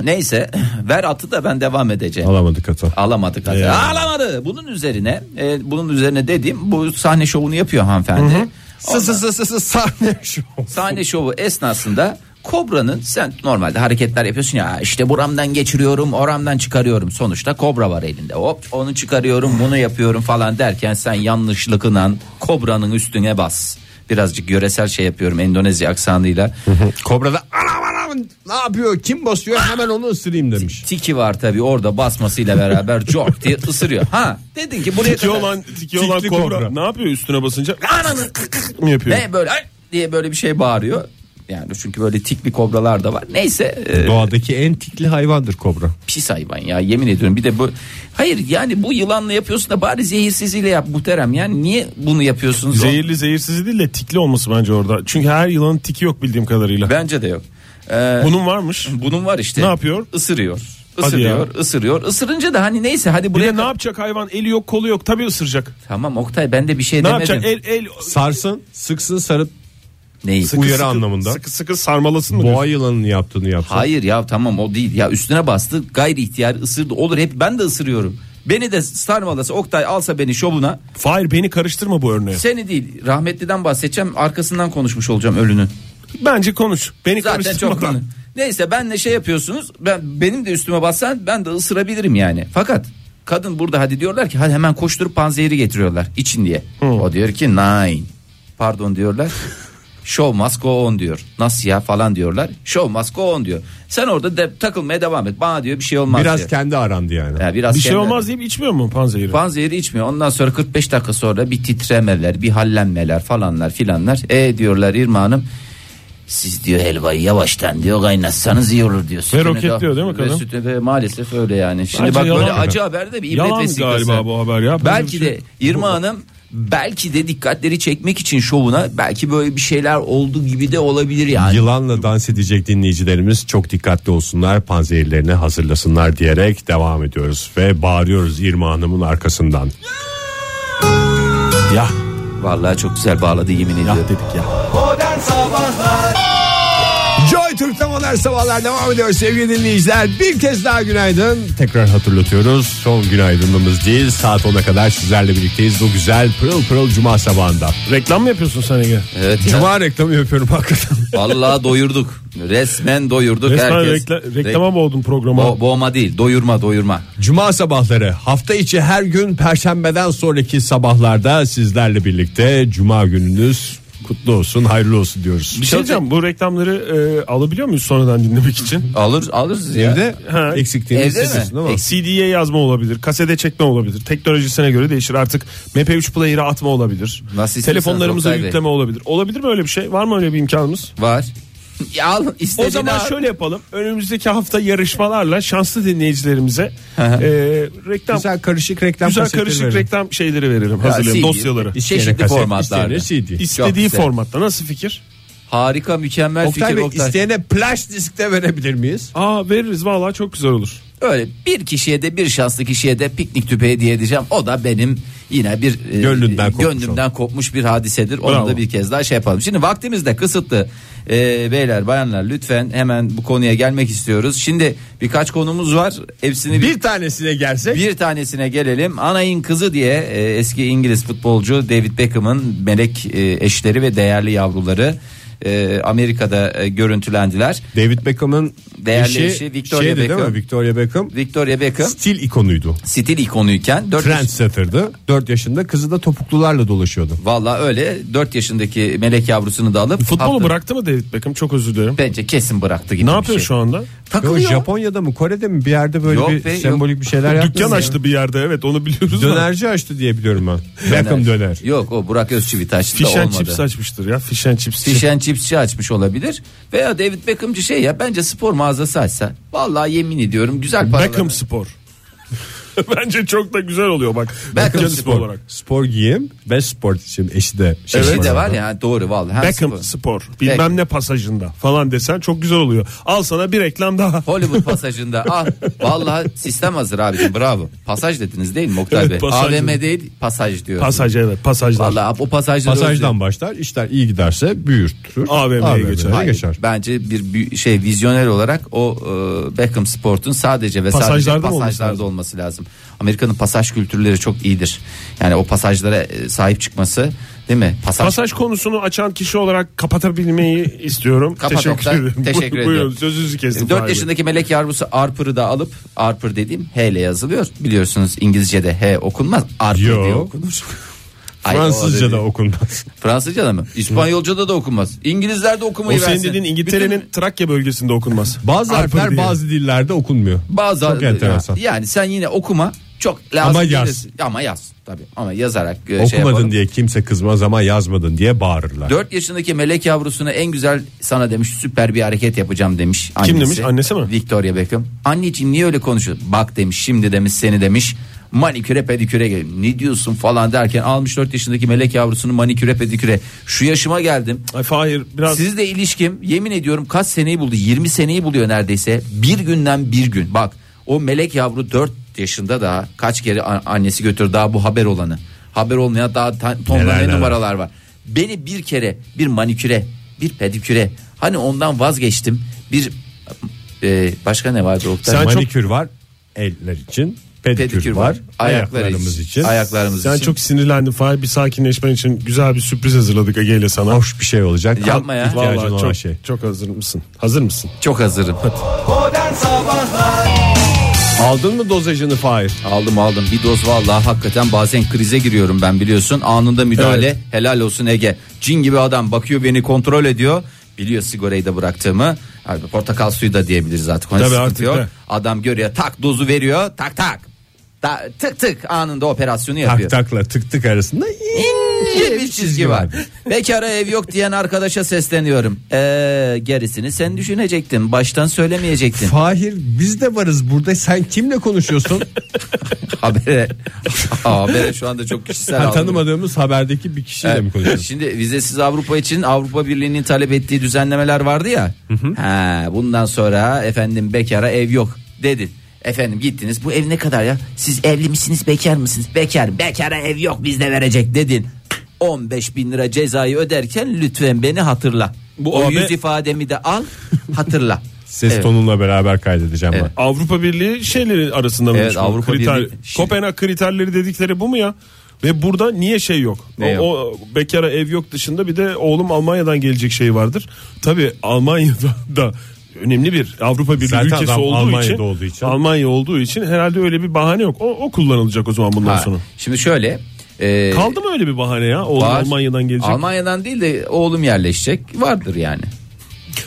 S5: Neyse ver atı da ben devam edeceğim.
S3: Alamadık hata.
S5: Alamadık hadi.
S4: Ee.
S5: Alamadı. Bunun üzerine e, bunun üzerine dediğim bu sahne şovunu yapıyor hanımefendi. Ondan-
S3: Sı sı sı sı sı sahne şu.
S5: sahne şovu esnasında kobranın sen normalde hareketler yapıyorsun ya işte buramdan geçiriyorum oramdan çıkarıyorum sonuçta kobra var elinde hop onu çıkarıyorum bunu yapıyorum falan derken sen yanlışlıkla kobranın üstüne bas birazcık yöresel şey yapıyorum Endonezya aksanıyla
S3: Kobra da anam anam ne yapıyor kim basıyor hemen onu ısırayım demiş.
S5: tiki var tabi orada basmasıyla beraber jok diye ısırıyor ha dedin ki buraya
S4: Tiki
S5: kadar
S4: olan, tiki olan
S3: Tikli
S4: kobra.
S3: kobra.
S4: Ne yapıyor üstüne basınca? Ananı kık kık mı yapıyor?
S5: ne böyle "Ay!" diye böyle bir şey bağırıyor yani çünkü böyle tikli kobralar da var neyse e,
S3: Doğadaki en tikli hayvandır kobra.
S5: pis hayvan ya yemin ediyorum bir de bu hayır yani bu yılanla yapıyorsun da bari zehirsiziyle yap muhterem yani niye bunu yapıyorsunuz
S4: Zehirli zehirsiz değil de tikli olması bence orada. Çünkü her yılanın tiki yok bildiğim kadarıyla.
S5: bence de yok Ee,
S4: Bunun varmış.
S5: bunun var işte
S4: Ne yapıyor?
S5: Isırıyor
S4: Hadi
S5: ısırıyor ısırıyor ısırınca da hani neyse hadi
S4: Bir
S5: buraya
S4: de ne yapacak hayvan? Eli yok kolu yok. Tabii ısıracak.
S5: tamam Oktay ben de bir şey
S4: Ne
S5: demedim
S4: yapacak? El, el
S3: Sarsın sıksın sarıp
S5: neyi
S3: Sık- Uyarı anlamında.
S4: Sıkı sıkı sarmalasın mı?
S3: boğa yılanının yaptığını yapsın.
S5: hayır ya tamam o değil ya üstüne bastı gayri ihtiyar ısırdı olur hep ben de ısırıyorum beni de sarmalasa Oktay alsa beni şovuna
S4: Fahir beni karıştırma bu örneğe.
S5: seni değil rahmetliden bahsedeceğim arkasından konuşmuş olacağım ölünün
S4: Bence konuş. Beni
S5: Zaten çok
S4: karıştırma.
S5: tanı. Neyse benle şey yapıyorsunuz. Ben benim de üstüme bassan ben de ısırabilirim yani. Fakat kadın burada hadi diyorlar ki hadi hemen koşturup panzehiri getiriyorlar için diye. O diyor ki nine. Pardon diyorlar. Show must go on diyor. Nasıl ya falan diyorlar. Show must go on diyor. Sen orada de, takılmaya devam et. Bana diyor bir şey olmaz
S3: Biraz
S5: diyor.
S3: kendi arandı yani.
S5: Ya biraz
S4: Bir şey
S5: kendine-
S4: olmaz deyip içmiyor mu panzehiri?
S5: Panzehiri içmiyor. Ondan sonra 45 dakika sonra bir titremeler, bir hallenmeler falanlar filanlar. E diyorlar İrma Hanım siz diyor helvayı yavaştan diyor kaynatsanız iyi olur diyor. Sütünü
S4: roketliyor değil mi kadın?
S5: Ve, sütü- ve maalesef öyle yani. Şimdi
S4: Bence
S5: bak
S4: yalan
S5: böyle
S4: galiba.
S5: acı haber de bir ibret
S4: Yalan
S5: vesikası.
S4: galiba bu haber ya. Böyle
S5: Belki
S4: bir şey-
S5: de İrma Hanım belki de dikkatleri çekmek için şovuna belki böyle bir şeyler oldu gibi de olabilir yani.
S3: Yılanla dans edecek dinleyicilerimiz çok dikkatli olsunlar panzehirlerini hazırlasınlar diyerek devam ediyoruz ve bağırıyoruz İrma Hanım'ın arkasından.
S4: Ya
S5: Vallahi çok güzel bağladı yemin ediyorum.
S4: dedik ya.
S2: Modern Sabahlar
S3: Joy Türk'te modern sabahlar devam ediyor sevgili dinleyiciler. Bir kez daha günaydın. Tekrar hatırlatıyoruz. Son günaydınımız değil. Saat 10'a kadar sizlerle birlikteyiz. Bu güzel pırıl pırıl cuma sabahında.
S4: Reklam mı yapıyorsun sen Ege?
S5: Evet ya.
S3: Cuma reklamı yapıyorum hakikaten.
S5: Vallahi doyurduk. Resmen doyurduk
S4: Resmen
S5: herkes.
S4: rekla- reklama boğdun programı.
S5: Bo- boğma değil, doyurma, doyurma.
S3: Cuma sabahları hafta içi her gün perşembeden sonraki sabahlarda sizlerle birlikte cuma gününüz kutlu olsun hayırlı olsun diyoruz.
S4: bir şey diyeceğim bu reklamları e, alabiliyor muyuz sonradan dinlemek için?
S5: Alır alırız ya.
S3: Evde
S4: Ha.
S3: eksikliğiniz
S5: Evde mi?
S3: sizin değil mi?
S5: Eksik.
S4: CD'ye yazma olabilir, kasete çekme olabilir. Teknolojisine göre değişir. Artık MP3 player'a atma olabilir.
S5: Nasıl
S4: Telefonlarımıza
S5: istiyorsanız Oktay
S4: yükleme olabilir. Olabilir mi öyle bir şey? Var mı öyle bir imkanımız?
S5: Var. Ya al
S4: O
S5: istediğini
S4: zaman
S5: al.
S4: şöyle yapalım. Önümüzdeki hafta yarışmalarla şanslı dinleyicilerimize e, reklam güzel,
S3: Güzel karışık reklam kasetleri
S4: karışık
S3: verelim.
S4: reklam şeyleri verelim.
S5: Ya,
S4: Hazırlayalım
S5: CD,
S4: dosyaları.
S3: İsteyene
S5: Çeşitli
S3: kaset,
S5: formatlarda.
S3: isteyene CD.
S4: İstediği
S5: güzel.
S4: formatta. Nasıl fikir?
S5: Harika mükemmel
S3: Oktay
S5: fikir
S3: Bey
S5: Oktay.
S3: isteyene flash diskte verebilir miyiz?
S4: Aa veririz vallahi çok güzel olur.
S5: Öyle bir kişiye de bir şanslı kişiye de piknik tüpü hediye edeceğim. O da benim yine bir e,
S3: Gönlünden kopmuş
S5: gönlümden kopmuş bir hadisedir. Onu
S4: Bravo.
S5: da bir kez daha şey yapalım. Şimdi vaktimiz de kısıtlı. Ee, beyler bayanlar lütfen hemen bu konuya gelmek istiyoruz. Şimdi birkaç konumuz var. Hepsini bir
S3: Bir tanesine gelsek
S5: Bir tanesine gelelim. Anay'ın kızı diye e, eski İngiliz futbolcu David Beckham'ın melek e, eşleri ve değerli yavruları e, Amerika'da e, görüntülendiler.
S3: David Beckham'ın
S5: Değerli
S3: eşi,
S5: eşi Victoria
S3: şeydi değil mi?
S5: Beckham.
S3: Victoria Beckham
S5: Victoria Beckham
S3: stil ikonuydu.
S5: stil ikonuyken 4
S3: Trendsetter'dı. 4 yaşında kızı da topuklularla dolaşıyordu.
S5: Valla öyle 4 yaşındaki melek yavrusunu da alıp
S4: Futbolu
S5: hafta-
S4: bıraktı mı David Beckham? Çok özür dilerim.
S5: Bence kesin bıraktı gibi
S4: Ne
S5: bir
S4: yapıyor
S5: şey.
S4: şu anda?
S3: Yok,
S5: Takılıyor.
S3: Japonya'da mı Kore'de mi bir yerde böyle
S5: Yok
S3: bir
S5: be,
S3: sembolik bir şeyler yaptı.
S4: Dükkan
S3: mı?
S4: açtı bir yerde evet onu biliyoruz. Döner.
S3: Dönerci açtı diye biliyorum ben. Beckham döner.
S5: Yok o Burak Özçivitaş da
S4: Fish and
S5: olmadı.
S4: chips açmıştır ya. Fish and chips.
S5: Fish and chipsçi açmış olabilir. Veya David Beckham'cı şey ya bence spor mağazası açsa. Vallahi yemin ediyorum güzel paralar.
S4: Beckham spor. Bence çok da güzel oluyor bak.
S5: Beckham
S4: Dükkan ismi
S5: Spor.
S4: olarak.
S3: Spor giyim ve spor için eşi de. şey
S5: Eşi de var ya doğru vallahi. Hem
S4: Beckham
S5: spor.
S4: spor. Bilmem
S5: Beckham.
S4: ne pasajında falan desen çok güzel oluyor. Al sana bir reklam daha.
S5: Hollywood pasajında ah vallahi sistem hazır abicim bravo. Pasaj dediniz değil mi Oktay
S4: Evet,
S5: Bey?
S4: pasaj
S5: AVM
S4: dedim.
S5: değil pasaj diyor.
S4: Pasaj evet pasajlar.
S5: Vallahi o pasajları
S3: Pasajdan başlar işler iyi giderse büyütür.
S4: AVM'ye geçer.
S5: Hayır,
S3: geçer.
S5: Bence bir bü- şey vizyoner olarak o e, Beckham Sport'un sadece ve
S4: Pasajlarda
S5: sadece
S4: mı olması
S5: pasajlarda
S4: lazım?
S5: olması lazım. Amerika'nın pasaj kültürleri çok iyidir. Yani o pasajlara e, sahip çıkması değil mi? Pasaj,
S4: Pasaj konusunu açan kişi olarak kapatabilmeyi istiyorum.
S5: Kapat
S4: teşekkür
S5: Oktay,
S4: ederim.
S5: teşekkür
S4: Buyurun,
S5: ediyorum.
S4: sözünüzü kestim.
S5: 4
S4: Fahir Bey.
S5: yaşındaki melek yavrusu Arper'ı da alıp Arper dediğim H ile yazılıyor. Biliyorsunuz İngilizce'de H okunmaz. Arper
S3: Yo.
S5: diye okunur. Ay, o
S3: Fransızca
S5: dedi.
S3: da okunmaz.
S5: Fransızca'da mı? İspanyolca'da da okunmaz. İngilizler de
S4: O
S5: okumayı
S4: senin
S5: versin.
S4: dediğin İngiltere'nin Trakya bölgesinde okunmaz.
S3: Bazı
S4: Harper
S3: harfler
S4: diye.
S3: bazı dillerde okunmuyor.
S5: Bazı
S3: Çok enteresan.
S5: Ya- yani sen yine okuma çok lazım.
S3: Ama yaz.
S5: gelirsin. Ama yaz tabii. Ama yazarak e, şey
S3: Okumadın
S5: yapalım.
S3: diye kimse kızmaz ama yazmadın diye bağırırlar.
S5: 4 yaşındaki melek yavrusuna en güzel sana demiş süper bir hareket yapacağım demiş. Annesi.
S4: demiş? Annesi mi?
S5: Victoria Beckham. Anneciğim niye öyle konuşuyorsun? Bak demiş şimdi demiş seni demiş maniküre pediküre gel. Ne diyorsun falan derken almış 4 yaşındaki melek yavrusunu maniküre pediküre. Şu yaşıma geldim.
S4: Ay Fahir biraz
S5: Sizle ilişkim yemin ediyorum kaç seneyi buldu 20 seneyi buluyor neredeyse bir günden bir gün bak o melek yavru 4 yaşında daha kaç kere a- annesi götür daha bu haber olanı haber olmayan daha ta- tonla
S3: Neler,
S5: ne
S3: neler.
S5: numaralar var beni bir kere bir maniküre bir pediküre hani ondan vazgeçtim bir e, başka ne vardı Oktay?
S3: Sen
S5: Manik-
S3: manikür var eller için, pedikür,
S5: Pedikür
S3: var,
S5: var, ayaklar
S3: ayaklarımız
S5: için,
S3: için.
S5: ayaklarımız
S4: sen
S5: için.
S4: çok sinirlendin Fahir. Bir sakinleşmen için güzel bir sürpriz hazırladık Ege ile sana.
S3: Hoş bir şey olacak.
S5: Yapma ya.
S3: İhtiyacın
S4: Vallahi
S3: olan
S4: çok,
S3: şey.
S4: çok hazır mısın? Hazır mısın?
S5: çok hazırım
S2: Modern Sabahlar
S3: Aldın mı dozajını Fahir?
S5: aldım aldım bir doz vallahi hakikaten bazen krize giriyorum ben biliyorsun anında müdahale
S4: Evet.
S5: helal olsun Ege cin gibi adam bakıyor beni kontrol ediyor biliyor sigarayı da bıraktığımı Abi portakal suyu da diyebiliriz artık Ona
S4: Tabii
S5: sıkıntı
S4: artık
S5: yok.
S4: da.
S5: adam görüyor tak dozu veriyor tak tak Ta- tık tık anında operasyonu yapıyor
S3: Tak takla tık tık arasında
S5: ince bir çizgi var. Bekara ev yok diyen arkadaşa sesleniyorum. Ee, gerisini sen düşünecektin. Baştan söylemeyecektin.
S3: Fahir biz de varız burada sen kimle konuşuyorsun?
S5: habere, habere şu anda çok kişisel
S3: Ha,
S5: algı.
S3: tanımadığımız haberdeki bir kişiyle mi konuşuyorsun?
S5: Şimdi vizesiz Avrupa için Avrupa Birliği'nin talep ettiği düzenlemeler vardı ya. Ha, bundan sonra efendim bekara ev yok dedin. Efendim gittiniz bu ev ne kadar ya? Siz evli misiniz bekar mısınız? Bekar bekara ev yok bizde verecek dedin. 15 bin lira cezayı öderken lütfen beni hatırla.
S4: Bu
S5: o
S4: abi-
S5: yüz ifademi de al hatırla.
S3: Ses
S5: Evet.
S3: tonunla beraber kaydedeceğim
S5: Evet.
S4: Avrupa Birliği şeyleri arasında mı?
S5: Evet,
S4: şu?
S5: Avrupa
S4: Kriter-
S5: Birliği- Şimdi-
S4: Kopenhag kriterleri dedikleri bu mu ya? Ve burada niye şey yok?
S5: Ne
S4: o, o bekara ev yok dışında bir de oğlum Almanya'dan gelecek şey vardır. Tabii Almanya'da da önemli bir Avrupa Birliği
S3: Zaten
S4: ülkesi
S3: adam
S4: olduğu
S3: Almanya'da
S4: için,
S3: olduğu için.
S4: Almanya olduğu için herhalde öyle bir bahane yok. O, o kullanılacak o zaman bundan
S5: Ha,
S4: sonra.
S5: Şimdi şöyle. e,
S4: Kaldı mı öyle bir bahane ya? Oğlum
S5: var.
S4: Almanya'dan gelecek.
S5: Almanya'dan değil de oğlum yerleşecek vardır yani.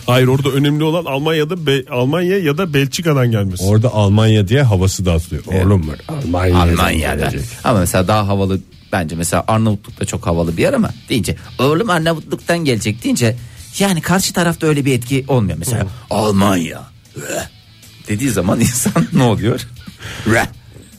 S4: Hayır orada önemli olan Almanya'da Be- Almanya ya da Belçika'dan gelmesi.
S3: Orada Almanya diye havası da atılıyor. Oğlum var Almanya.
S5: Almanya'da. Ama mesela daha havalı bence mesela Arnavutluk da çok havalı bir yer ama deyince oğlum Arnavutluk'tan gelecek deyince yani karşı tarafta öyle bir etki olmuyor mesela Almanya üh, dediği zaman insan ne oluyor? Üh.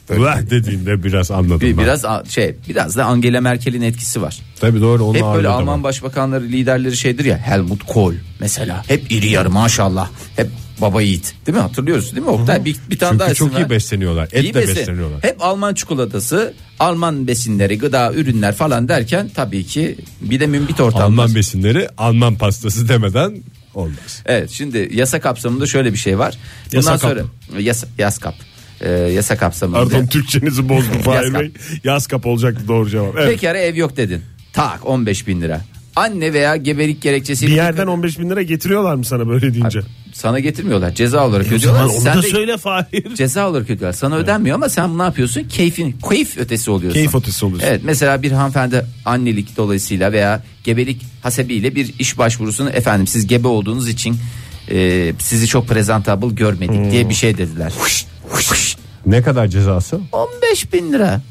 S3: Vah dediğinde biraz anladım
S5: bir,
S3: ben.
S5: biraz a- şey biraz da Angela Merkel'in etkisi var.
S3: Tabii doğru onu
S5: Hep böyle
S3: anladım.
S5: Alman başbakanları liderleri şeydir ya Helmut Kohl mesela hep iri yarı maşallah hep baba yiğit değil mi hatırlıyoruz değil mi Oktay bir, bir tane
S3: Çünkü
S5: daha isim
S3: çok iyi
S5: ver.
S3: besleniyorlar. Etle
S5: İyi besin.
S3: besleniyorlar.
S5: Hep Alman çikolatası, Alman besinleri, gıda ürünler falan derken tabii ki bir de mümbit ortamda.
S3: Alman besinleri Alman pastası demeden olmaz.
S5: Evet şimdi yasa kapsamında şöyle bir şey var. Bundan
S4: Yasa kap.
S5: sonra yasa, yas kap. Ee, yasa kapsamında.
S4: Pardon Türkçenizi bozdu Fahir
S5: Yaskap.
S4: Bey. Yaskap olacaktı doğru cevap. Evet.
S5: Pekara ev yok dedin. Tak 15 bin lira. Anne veya gebelik gerekçesiyle
S4: Bir yerden 15 bin lira getiriyorlar mı sana böyle deyince?
S5: sana getirmiyorlar. Ceza
S4: E,
S5: olarak ödüyorlar. Sen de
S4: Fahir.
S5: ceza olarak ödüyorlar. Sana ödenmiyor ama sen ne yapıyorsun? Keyfin, keyif ötesi oluyorsun.
S4: Keyif ötesi oluyorsun.
S5: Evet mesela bir hanımefendi annelik dolayısıyla veya gebelik hasebiyle bir iş başvurusunu efendim siz gebe olduğunuz için e, sizi çok presentable görmedik
S4: Hmm.
S5: diye bir şey dediler.
S3: Ne kadar cezası?
S5: 15 bin lira.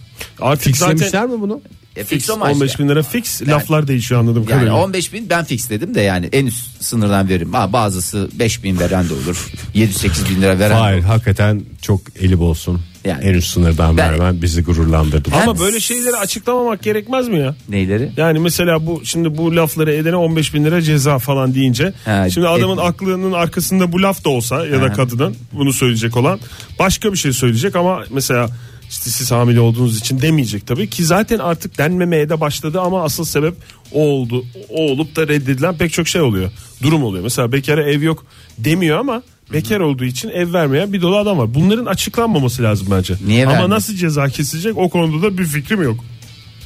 S4: Artık
S3: Fixlemişler
S4: zaten
S3: mi bunu?
S5: E, fix
S4: fix
S5: o maaş
S4: 15 bin lira fix laflar değişiyor anladım
S5: Yani
S4: kadarıyla.
S5: 15 bin ben fix dedim de yani en üst sınırdan veririm. Ha, bazısı 5 bin veren de olur. 7-8 bin lira veren de
S3: Hayır
S5: olur.
S3: hakikaten çok eli bolsun.
S5: Yani.
S3: En üst sınırdan
S5: Ben-
S3: vermen bizi gururlandırdı.
S4: Ama
S5: Ben-
S4: böyle şeyleri açıklamamak gerekmez mi ya?
S5: Neyleri?
S4: Yani mesela bu şimdi bu lafları edene 15 bin lira ceza falan deyince
S5: Ha,
S4: şimdi adamın
S5: et-
S4: aklının arkasında bu laf da olsa ya da
S5: Ha.
S4: kadının bunu söyleyecek olan başka bir şey söyleyecek ama mesela işte siz hamile olduğunuz için demeyecek tabii ki zaten artık denmemeye de başladı ama asıl sebep o oldu. O olup da reddedilen pek çok şey oluyor. Durum oluyor. Mesela bekara ev yok demiyor ama bekar olduğu için ev vermeyen bir dolu adam var. Bunların açıklanmaması lazım bence.
S5: Niye
S4: ama
S5: vermiyor?
S4: nasıl ceza kesilecek o konuda da bir fikrim yok.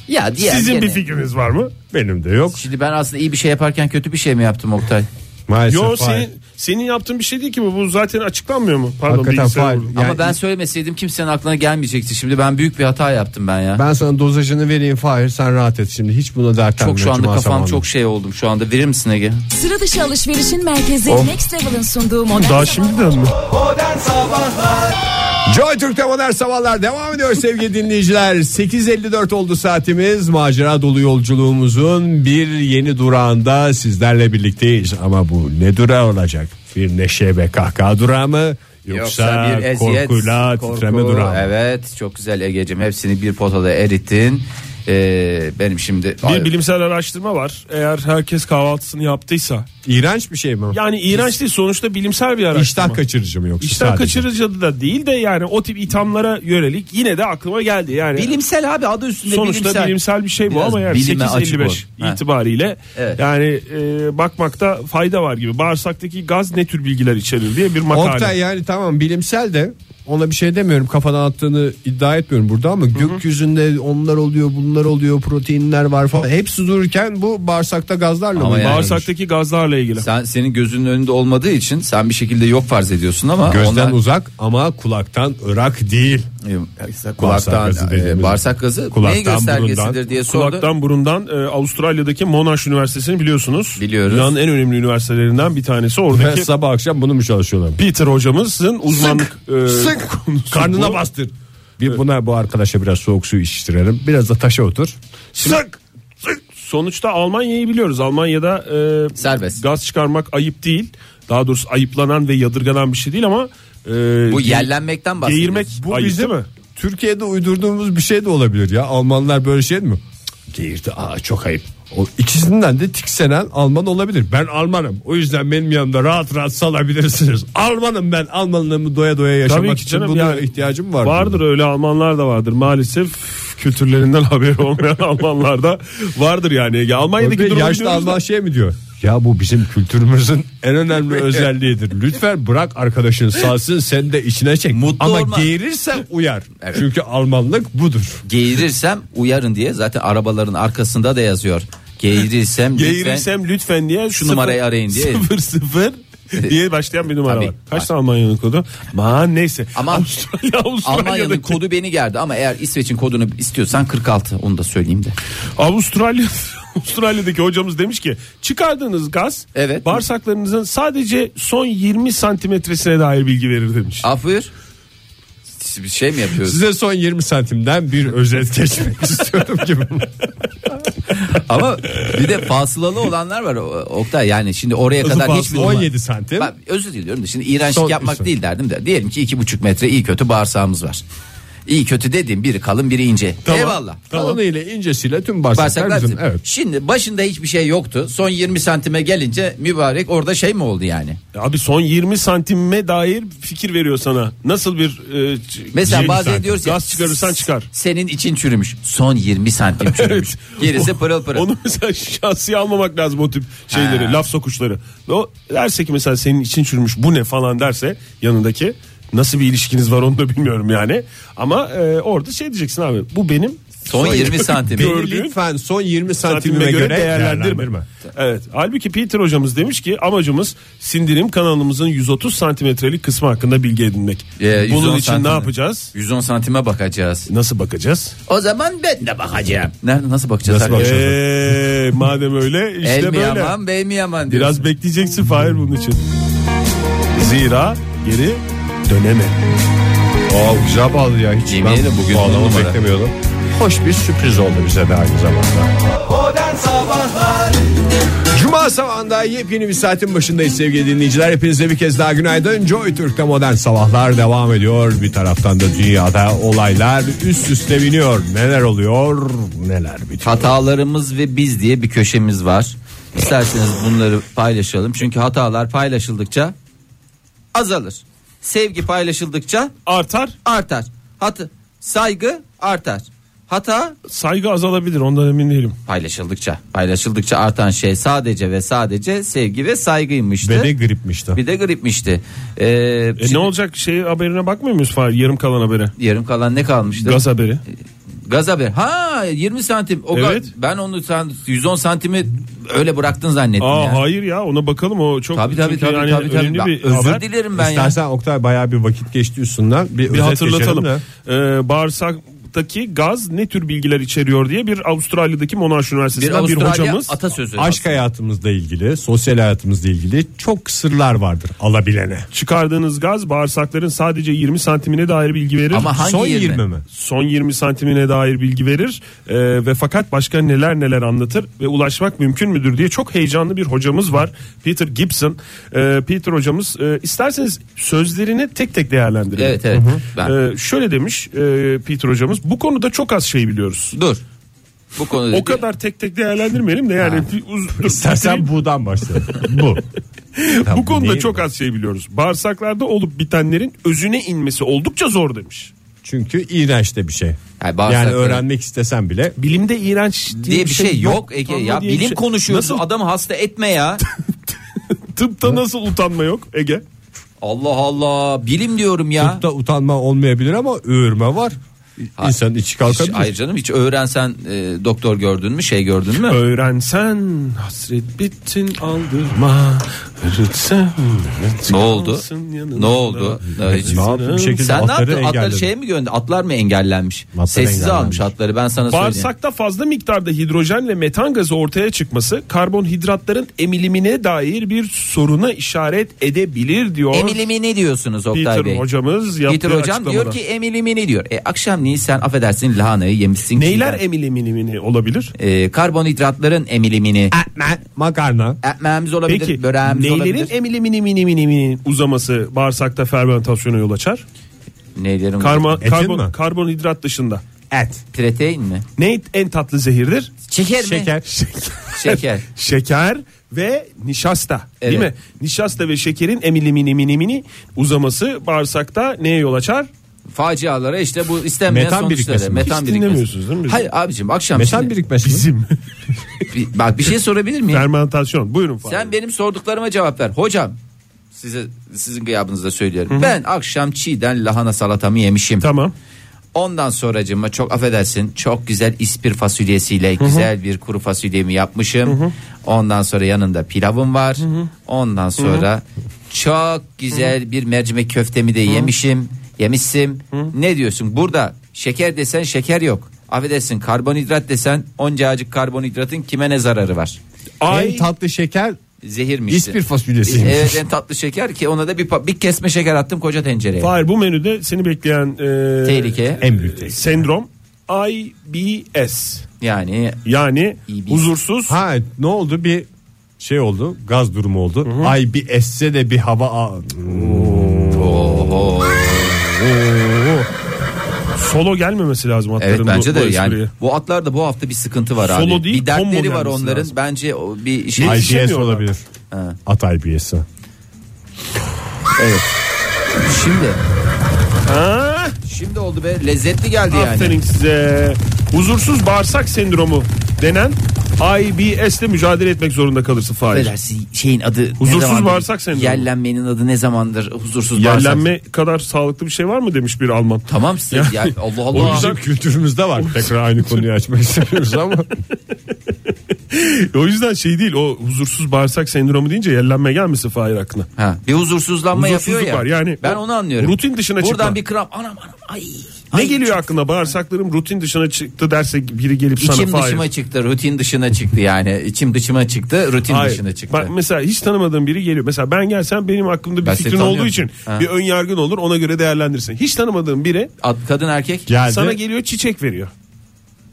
S5: Ya diğer
S4: Sizin
S5: gene-
S4: bir fikriniz var mı?
S3: Benim de yok.
S5: Şimdi ben aslında iyi bir şey yaparken kötü bir şey mi yaptım Oktay?
S3: Maalesef.
S4: Yo
S3: Fahir.
S4: senin, senin yaptığın bir şey değil ki bu. Bu zaten açıklanmıyor mu? Pardon
S3: Hakikaten
S4: bilgisayara
S3: Fahir.
S4: vurdum.
S3: Yani
S5: Ama ben söylemeseydim kimsenin aklına gelmeyecekti. Şimdi ben büyük bir hata yaptım ben ya.
S3: Ben sana dozajını vereyim Fahir sen rahat et şimdi hiç buna dert
S5: çok şu anda
S3: Cuma
S5: kafam
S3: zamanı.
S5: çok şey oldum şu anda. Verir misin Ege?
S6: Sıra dışı alışverişin merkezi Next Level'ın sunduğu modern
S4: Oh. Daha şimdiden mi?
S2: Modern Sabahlar
S3: Joy Türk'te modern sabahlar devam ediyor sevgili dinleyiciler. 8.54 oldu saatimiz. Macera dolu yolculuğumuzun bir yeni durağında sizlerle birlikteyiz. Ama bu ne durağı olacak? Bir neşe ve kahkaha durağı mı? Yoksa, korkuyla titreme
S5: korku.
S3: durağı mı?
S5: Evet çok güzel Ege'cim hepsini bir potada erittin. Ee, benim şimdi
S4: Bir bilimsel araştırma var. Eğer herkes kahvaltısını yaptıysa.
S3: İğrenç bir şey mi?
S4: Yani iğrenç değil sonuçta bilimsel bir araştırma.
S3: İştah kaçırıcı mı yoksa
S4: İştah
S3: sadece?
S4: kaçırıcı da değil de yani o tip ithamlara yönelik yine de aklıma geldi. Yani
S5: bilimsel abi adı üstünde
S4: sonuçta bilimsel, bir şey bu
S5: Biraz
S4: ama yani
S5: bilime açık
S4: 8.55
S5: ol. Ha.
S4: itibariyle
S5: Evet.
S4: yani e, bakmakta fayda var gibi. Bağırsaktaki gaz ne tür bilgiler içerir diye bir makale.
S3: Oktay yani tamam bilimsel de ona bir şey demiyorum kafadan attığını iddia etmiyorum burada ama gökyüzünde onlar oluyor bunlar oluyor proteinler var falan hepsi dururken bu bağırsakta gazlarla
S5: Ama
S3: mı?
S5: yani-
S4: Bağırsaktaki gazlarla ilgili.
S5: Sen senin gözünün önünde olmadığı için sen bir şekilde yok farz ediyorsun ama
S3: Gözden
S5: onlar-
S3: uzak ama kulaktan ırak değil. Bağırsak
S5: kulaktan
S3: gazı
S5: e,
S3: dediğimiz-
S5: bağırsak gazı neyin
S3: Kulaktan,
S5: göstergesidir
S3: burundan,
S5: diye sordu.
S4: Kulaktan burundan e, Avustralya'daki Monash Üniversitesi'ni biliyorsunuz.
S5: Biliyoruz.
S4: Dünyanın en önemli üniversitelerinden bir tanesi.
S3: Ve
S4: Oradaki
S3: sabah akşam bunu mu çalışıyorlar?
S4: Peter hocamızın uzmanlık e,
S3: Sık
S4: konusu
S3: karnına
S4: bu.
S3: bastır. Bir buna bu arkadaşa biraz soğuk su içtirelim. Biraz da taşa otur. Sık.
S4: Sonuçta Almanya'yı biliyoruz. Almanya'da e,
S5: Serbest.
S4: gaz çıkarmak ayıp değil. Daha doğrusu ayıplanan ve yadırganan bir şey değil ama e,
S5: Bu
S4: ge-
S5: yerlenmekten bahsediyor.
S4: geğirmek
S3: Bu
S4: ayıp
S3: bizim
S4: değil mi?
S3: Türkiye'de uydurduğumuz bir şey de olabilir ya. Almanlar böyle şey mi? Cık, Geğirdi. Aa çok ayıp. O ikisinden de tiksenen Alman olabilir. Ben Almanım. O yüzden benim yanımda rahat rahat salabilirsiniz. Almanım ben. Almanlığımı doya doya yaşamak
S4: Tabii ki
S3: için
S4: canım,
S3: buna
S4: yani
S3: ihtiyacım var.
S4: Vardır öyle Almanlar da vardır maalesef kültürlerinden haberi olmayan Almanlar da vardır yani. Ya Almanya'daki
S3: Bir
S4: durumu
S3: yaşlı
S4: biliyoruz da-
S3: Alman şey mi diyor? Ya bu bizim kültürümüzün en önemli özelliğidir. Lütfen bırak arkadaşın sağsın sen de içine çek.
S5: Mutlu
S3: Ama
S5: olma.
S3: geğirirsen uyar. Çünkü Almanlık budur.
S5: Geğirirsem uyarın diye zaten arabaların arkasında da yazıyor. Geğirirsem lütfen
S4: Geğirirsem lütfen diye
S5: Şu numarayı arayın diye.
S4: 0 0 diye başlayan bir numara
S5: Tabii.
S4: var. Kaç da Almanya'nın kodu? Aman neyse.
S5: Ama
S4: Avustralya, Avustralya'daki,
S5: Almanya'nın kodu beni gerdi ama eğer İsveç'in kodunu istiyorsan 46 onu da söyleyeyim de.
S4: Avustralya Avustralya'daki hocamız demiş ki çıkardığınız gaz
S5: Evet.
S4: bağırsaklarınızın sadece son 20 santimetresine dair bilgi verir demiş.
S5: Ah buyur. Siz Bir şey mi yapıyoruz?
S3: Size son 20 santimden bir özet geçmek istiyorum gibi.
S5: ama bir de fasılalı olanlar var O- Oktay yani şimdi oraya kadar hiçbir
S3: 17 santim.
S5: Bak, özür diliyorum da şimdi iğrençlik
S3: Son-
S5: yapmak
S3: son.
S5: değil derdim de diyelim ki iki buçuk metre iyi kötü bağırsağımız var. İyi kötü dediğim biri kalın biri ince. Eyvallah.
S3: Kalınıyla incesiyle tüm bağırsaklar
S5: Bağırsaklar
S3: bizim.
S5: bizim.
S3: Evet.
S5: Şimdi başında hiçbir şey yoktu. Son 20 santime gelince mübarek orada şey mi oldu yani?
S4: Abi son 20 santime dair fikir veriyor sana. Nasıl bir e, ç-
S5: Mesela
S4: 20
S5: bazen
S4: santim.
S5: diyoruz ya
S4: gaz çıkarırsan çıkar.
S5: Senin için çürümüş. Son 20 santim çürümüş. Gerisi pırıl pırıl.
S4: Onu mesela şahsi almamak lazım o tip şeyleri,
S5: Ha.
S4: laf sokuşları. Ve O derse ki mesela senin için çürümüş bu ne falan derse yanındaki nasıl bir ilişkiniz var onu da bilmiyorum yani. Ama e, orada şey diyeceksin abi bu benim
S5: Son 20 santim.
S4: Gördüğün
S3: Beni lütfen son 20 santime,
S4: santime
S3: göre,
S4: göre değerlendirme.
S3: değerlendirme.
S4: Evet. Halbuki Peter hocamız demiş ki amacımız sindirim kanalımızın 130 santimetrelik kısmı hakkında bilgi edinmek.
S5: Ee,
S4: Bunun
S5: 110
S4: için
S5: santime.
S4: ne yapacağız?
S5: 110 santime bakacağız.
S4: Nasıl bakacağız?
S5: O zaman ben de bakacağım. Nerede nasıl bakacağız?
S3: Nasıl
S5: abi?
S3: bakacağız?
S4: Eee Ee, madem öyle
S5: El
S4: işte
S5: mi
S4: böyle.
S5: yaman bey mi yaman diyorsun.
S4: Biraz bekleyeceksin Fahir bunun için. Zira geri döneme.
S3: Aa güzel bağlı ya. Hiç
S5: Yemin ederim bugün
S3: bağlamı
S5: on numara.
S3: beklemiyordum. Hoş bir sürpriz oldu bize de aynı zamanda.
S2: Modern Sabahlar
S3: Cuma sabahında yepyeni bir saatin başındayız sevgili dinleyiciler. Hepinize bir kez daha günaydın. Joy Türk'te modern sabahlar devam ediyor. Bir taraftan da dünyada olaylar üst üste biniyor. Neler oluyor neler bitiyor.
S5: Hatalarımız ve biz diye bir köşemiz var. İsterseniz bunları paylaşalım. Çünkü hatalar paylaşıldıkça azalır. Sevgi paylaşıldıkça
S4: Artar
S5: artar. Hat saygı artar. Hata
S4: saygı azalabilir ondan emin değilim.
S5: paylaşıldıkça paylaşıldıkça artan şey sadece ve sadece sevgi ve saygıymıştı.
S3: Ve de gripmişti.
S5: bir de gripmişti. Ee,
S4: E
S5: şimdi
S4: ne olacak şey haberine bakmıyor muyuz Fahir? Yarım kalan habere.
S5: Yarım kalan ne kalmıştı?
S4: Gaz haberi.
S5: E, Gaz haber. Ha 20 santim. O
S4: Evet.
S5: ga- ben onu sen 110 santimi öyle bıraktın zannettim
S4: Aa
S5: yani.
S4: hayır ya ona bakalım o çok
S5: Tabii tabii
S4: çünkü
S5: tabii
S4: yani
S5: tabii, tabii.
S4: önemli
S5: Ben
S4: bir
S5: özür
S4: haber.
S5: dilerim ben ya.
S3: İstersen Oktay bayağı bir vakit geçti üstünden. Bir,
S4: Bir
S3: özet
S4: hatırlatalım.
S3: geçelim de.
S4: Ee, bağırsaktaki gaz ne tür bilgiler içeriyor diye bir Avustralya'daki Monash
S5: Bir
S4: Üniversitesi'nden bir,
S5: Avustralya
S4: hocamız
S5: atasözü.
S3: Aşk hayatımızla ilgili, sosyal hayatımızla ilgili çok sırlar vardır alabilene.
S4: çıkardığınız gaz bağırsakların sadece 20 santimine dair bilgi verir.
S5: Ama hangi
S3: Son
S5: 20?
S3: 20 mi?
S4: Son 20 santimine dair bilgi verir Ee, ve fakat başka neler neler anlatır ve ulaşmak mümkün müdür diye çok heyecanlı bir hocamız var Peter Gibson. Ee, Peter hocamız e, isterseniz sözlerini tek tek değerlendirelim.
S5: Evet evet. Ben-
S4: Ee, şöyle demiş e, Peter hocamız bu konuda çok az şey biliyoruz.
S5: Dur. Bu konuda
S4: O kadar tek tek değerlendirmeyelim de yani. bir uz- dur, bitireyim.
S3: İstersen buğdan başlayalım. Bu.
S4: bu konuda
S3: neyim
S4: çok az şey biliyoruz. Bağırsaklarda olup bitenlerin özüne inmesi oldukça zor demiş.
S3: Çünkü iğrenç de bir şey.
S5: Yani
S3: Yani,
S5: bağırsakları-
S3: öğrenmek istesen bile
S4: Bilimde iğrenç diye,
S5: diye bir şey yok Ege
S4: utanma
S5: ya
S4: diye bir
S5: bilim
S4: şey-
S5: konuşuyoruz
S4: Nasıl
S5: adamı hasta etme ya
S4: tıpta nasıl utanma yok Ege?
S5: Allah Allah bilim diyorum ya
S3: tıpta utanma olmayabilir ama öğürme var. İnsanın içi
S5: hiç,
S3: kalkabilir.
S5: hayır canım hiç öğrensen e, doktor gördün mü şey gördün mü
S4: Öğrensen hasret bittin aldırma. Öğretsen, öğretsen
S5: ne oldu
S4: kalsın yanında.
S5: ne oldu Ee, hiç-
S3: Ne yaptın? Bir şekilde
S5: sen ne
S3: atları
S5: yaptın atları
S3: engelledin.
S5: şeye mi gönderdi atlar mı engellenmiş
S3: Atlar
S5: sessize
S3: engellenmiş.
S5: almış atları ben sana söyleyeyim
S4: Bağırsakta fazla miktarda hidrojenle metan gazı ortaya çıkması karbonhidratların emilimine dair bir soruna işaret edebilir diyor.
S5: Emilimi ne diyorsunuz Oktay
S4: Peter
S5: Bey?
S4: hocamız yaptığı
S5: Peter hocam
S4: açıklamada.
S5: diyor ki emilimi ne diyor? E, akşamleyin sen affedersin lahanayı yemişsin.
S4: Neyler
S5: ki.
S4: emilimini olabilir?
S5: E, karbonhidratların emilimini.
S3: Etme. Makarna.
S5: Ekmeğimiz olabilir,
S4: Peki
S5: böreğimiz
S4: neylerin
S5: olabilir.
S4: emilimini mini mini mini uzaması bağırsakta fermentasyona yol açar?
S5: Neylerin
S4: Karma,
S3: Etin
S4: karbon,
S3: mi?
S4: karbonhidrat dışında.
S3: Et.
S5: Protein mi?
S4: Ne en tatlı zehirdir?
S5: Şeker mi?
S3: Şeker.
S5: Şeker.
S4: Şeker ve nişasta değil
S5: Evet.
S4: mi? Nişasta ve şekerin emilimini mini mini uzaması bağırsakta neye yol açar?
S5: Facialara işte bu istenmeyen
S3: Metan
S5: sonuçları.
S3: birikmesi mi?
S5: Metan
S4: Hiç
S5: birikmesi.
S4: dinlemiyorsunuz değil mi bizi?
S5: Hayır abicim akşam
S3: Metan
S5: şimdi-
S3: birikmesi. Bizim.
S5: bir- bak bir şey sorabilir miyim?
S4: Fermentasyon. Buyurun Fahri.
S5: Sen benim sorduklarıma cevap ver. Hocam size sizin gıyabınızda söylüyorum. Ben akşam çiğden lahana salatamı yemişim.
S4: Tamam.
S5: Ondan sonracığıma çok affedersin çok güzel ispir fasulyesiyle güzel bir kuru fasulyemi yapmışım. Ondan sonra yanında pilavım var. Ondan sonra çok güzel bir mercimek köftemi de yemişim. Yemişsim. Ne diyorsun? Burada şeker desen şeker yok. Affedersin karbonhidrat desen oncacık karbonhidratın kime ne zararı var?
S4: Ay
S3: En tatlı şeker
S5: Zehirmiş.
S3: ispir fasulyesiymiş.
S5: Evet en tatlı şeker ki ona da bir, pa- bir kesme şeker attım koca tencereye.
S4: Fahri, bu menüde seni bekleyen e,
S5: Tehlike
S3: En büyük tehlike.
S4: sendrom IBS.
S5: yani
S4: Yani
S5: IBS.
S4: huzursuz
S3: Ha ne oldu bir şey oldu gaz durumu oldu. Ay bir esse de bir hava a-
S5: oho.
S4: solo gelmemesi lazım atların
S5: Evet
S4: bu-
S5: bence de
S4: bu
S5: yani
S4: espriye.
S5: bu atlarda bu hafta bir sıkıntı var
S4: Solo
S5: abi.
S4: değil,
S5: bir dertleri
S4: combo
S5: var
S4: gelmesi
S5: onların.
S4: lazım.
S5: Bence o bir şey.
S4: Ay-
S3: IBS
S4: Yetişemiyorlar.
S3: olabilir. At IBS'i.
S5: Şimdi
S4: Ha?
S5: şimdi oldu be lezzetli geldi yani.
S4: Aferin size. Huzursuz bağırsak sendromu denen IBS'le mücadele etmek zorunda kalırsın Fahir.
S5: Affedersin, şeyin adı ne
S4: Huzursuz
S5: zamandır?
S4: bağırsak sendromu.
S5: Yerlenmenin adı ne zamandır huzursuz bağırsak?
S4: Yerlenme kadar sağlıklı bir şey var mı demiş bir Alman.
S5: Tamam siz ya, Allah
S3: O
S5: Allah.
S3: bizim kültürümüzde var. Tekrar aynı konuyu açmak istemiyoruz ama.
S4: O yüzden şey değil o huzursuz bağırsak sendromu deyince yerlenme gelmesin Fahir aklına.
S5: Ha, bir huzursuzlanma yapıyor
S4: Huzursuzluk
S5: ya.
S4: var yani.
S5: ben
S4: O
S5: onu anlıyorum.
S4: rutin dışına
S5: Buradan
S4: çıkma.
S5: bir kram anam anam ay.
S4: Ne
S5: ay,
S4: geliyor aklına bağırsaklarım rutin dışına çıktı derse biri gelip sana
S5: İçim
S4: Fahir.
S5: dışıma çıktı, rutin dışına çıktı yani. İçim dışıma çıktı, rutin
S4: Hayır.
S5: dışına çıktı.
S4: Bak mesela hiç tanımadığım biri geliyor. Mesela ben gelsem benim aklımda bir
S5: Ben seni
S4: fikrin olduğu
S5: tanıyorum.
S4: için
S5: Ha.
S4: bir ön yargın olur ona göre değerlendirsin. Hiç tanımadığım biri
S5: Ad- Kadın erkek?
S3: Geldi.
S4: sana geliyor çiçek veriyor.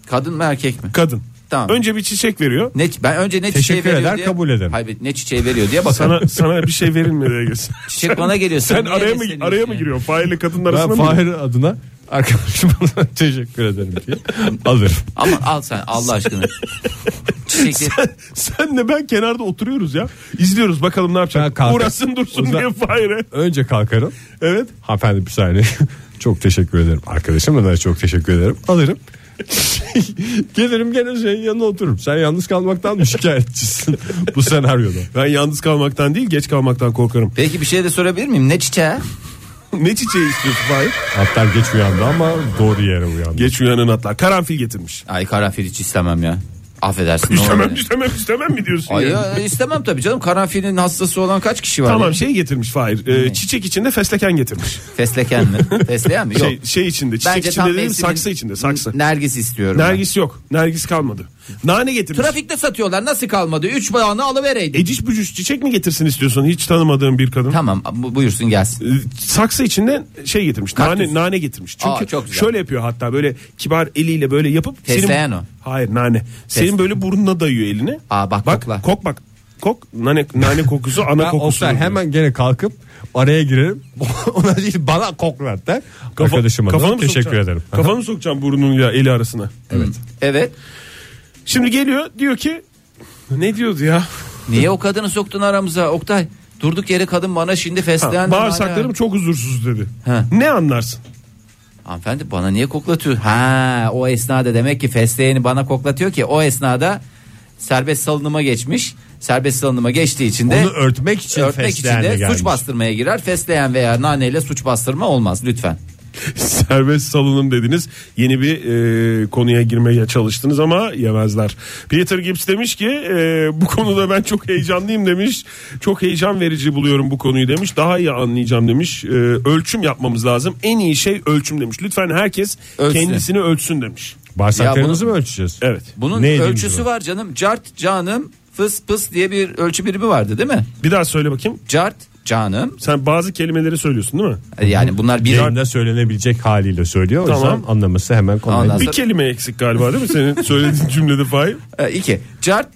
S5: Kadın mı erkek mi?
S4: Kadın.
S5: Tamam.
S4: Önce bir çiçek veriyor.
S5: Ne, ben önce ne çiçeği
S3: Teşekkür
S5: veriyor
S3: eder,
S5: diye.
S3: kabul eder.
S5: Hayır, ne çiçeği veriyor diye bakalım.
S4: Sana sana bir şey verilmiyor diye gelsin.
S5: Çiçek bana geliyor.
S4: Sen
S5: niye
S4: araya mı
S5: besleniyorsun
S4: araya mı
S5: yani?
S4: giriyorsun? Faili kadın arasına
S3: Ben
S4: mı? giriyorsun?
S3: Fahir adına arkadaşıma teşekkür ederim diye alırım.
S5: Ama al sen Allah aşkına. Çiçekli.
S4: Senle ben kenarda oturuyoruz ya. İzliyoruz bakalım ne
S3: Ben
S4: yapacak.
S3: kalkarım.
S4: Uğrasın dursun
S3: O zaman-
S4: diye Fahir'e.
S3: Önce kalkarım.
S4: Evet.
S3: Hanımefendi bir saniye. çok teşekkür ederim. Arkadaşıma da çok teşekkür ederim. Alırım. Gelirim gene senin yanına otururum. Sen yalnız kalmaktan mı şikayetçisin bu senaryoda?
S4: Ben yalnız kalmaktan değil geç kalmaktan korkarım.
S5: Peki bir şey de sorabilir miyim? Ne çiçeği?
S4: ne çiçeği istiyorsun Fahir?
S3: Hatta geç uyandı ama doğru yere uyandı.
S4: Geç uyanan atlar. Karanfil getirmiş.
S5: Ay karanfil hiç istemem ya. Affedersin. ne olur
S4: İstemem
S5: ya.
S4: istemem istemem mi diyorsun?
S5: Ay
S4: yani?
S5: ya, istemem tabii canım. Karanfilin hastası olan kaç kişi var?
S4: Tamam
S5: ya?
S4: şey getirmiş Fahir. Ee, çiçek içinde fesleken getirmiş.
S5: Fesleğen mi? Fesleğen mi? Yok.
S4: Şey, şey içinde. Çiçek içinde
S5: tam
S4: dedim
S5: mevsimin
S4: saksı içinde saksı.
S5: Nergis istiyorum. ben.
S4: Nergis yok. Nergis kalmadı. Nane getirmiş.
S5: Trafikte satıyorlar nasıl kalmadı? 3 bağını alıvereydi.
S4: Eciş bücüş çiçek mi getirsin istiyorsun hiç tanımadığın bir kadın?
S5: Tamam bu- buyursun gelsin.
S4: Ee, Saksı içinde şey getirmiş. Nane nane getirmiş. Çünkü
S5: Aa, çok güzel.
S4: şöyle yapıyor hatta böyle kibar eliyle böyle yapıp
S5: Fesleğen o.
S4: Hayır nane. Senin böyle burnuna dayıyor elini.
S5: Aa, bak,
S4: bak
S5: kokla.
S4: kok bak. Kok nane nane kokusu ana
S3: Ben
S4: kokusu.
S3: Oktay hemen gene kalkıp araya girerim. Ona değil bana koklar der. Arkadaşıma da
S4: kafanı mı
S3: teşekkür
S4: sokacaksın?
S3: ederim.
S4: Kafanı sokacaksın burnunla eli arasına.
S5: Evet.
S4: Şimdi geliyor diyor ki ne diyordu ya?
S5: Niye o kadını soktun aramıza Oktay? Durduk yere kadın bana şimdi fesleğen.
S4: Bağırsaklarım çok huzursuz dedi.
S5: Ha.
S4: Ne anlarsın?
S5: Hanımefendi bana niye koklatıyor? Ha o esnada demek ki fesleğeni bana koklatıyor ki o esnada serbest salınıma geçmiş. Serbest salınıma geçtiği için de
S3: Onu örtmek için
S5: örtmek için
S3: fesleğenle
S5: de
S3: gelmiş.
S5: suç bastırmaya girer. Fesleğen veya naneyle suç bastırma olmaz lütfen.
S4: Serbest salınım dediniz. Yeni bir e, konuya girmeye çalıştınız ama yemezler. Peter Gibbs demiş ki e, bu konuda ben çok heyecanlıyım demiş. Çok heyecan verici buluyorum bu konuyu demiş. Daha iyi anlayacağım demiş. E, ölçüm yapmamız lazım. En iyi şey ölçüm demiş. Lütfen herkes
S5: Ölçsün.
S4: kendisini ölçsün demiş.
S3: Bağırsaklarınızı
S5: Ya
S3: mı ölçeceğiz?
S4: Evet.
S5: Bunun
S3: Ne yediğimiz
S5: ölçüsü
S3: var?
S5: var canım. Cart canım fıs pıs diye bir ölçü birimi vardı değil mi?
S4: Bir daha söyle bakayım.
S5: Cart canım
S4: Sen bazı kelimeleri söylüyorsun değil mi?
S5: yani bunlar bir
S3: Yayında söylenebilecek haliyle söylüyor. O
S4: Tamam.
S3: yüzden anlaması hemen kolay.
S5: Ondan
S4: Bir kelime eksik galiba değil mi senin söylediğin cümlede Fahir?
S5: E, iki. Cart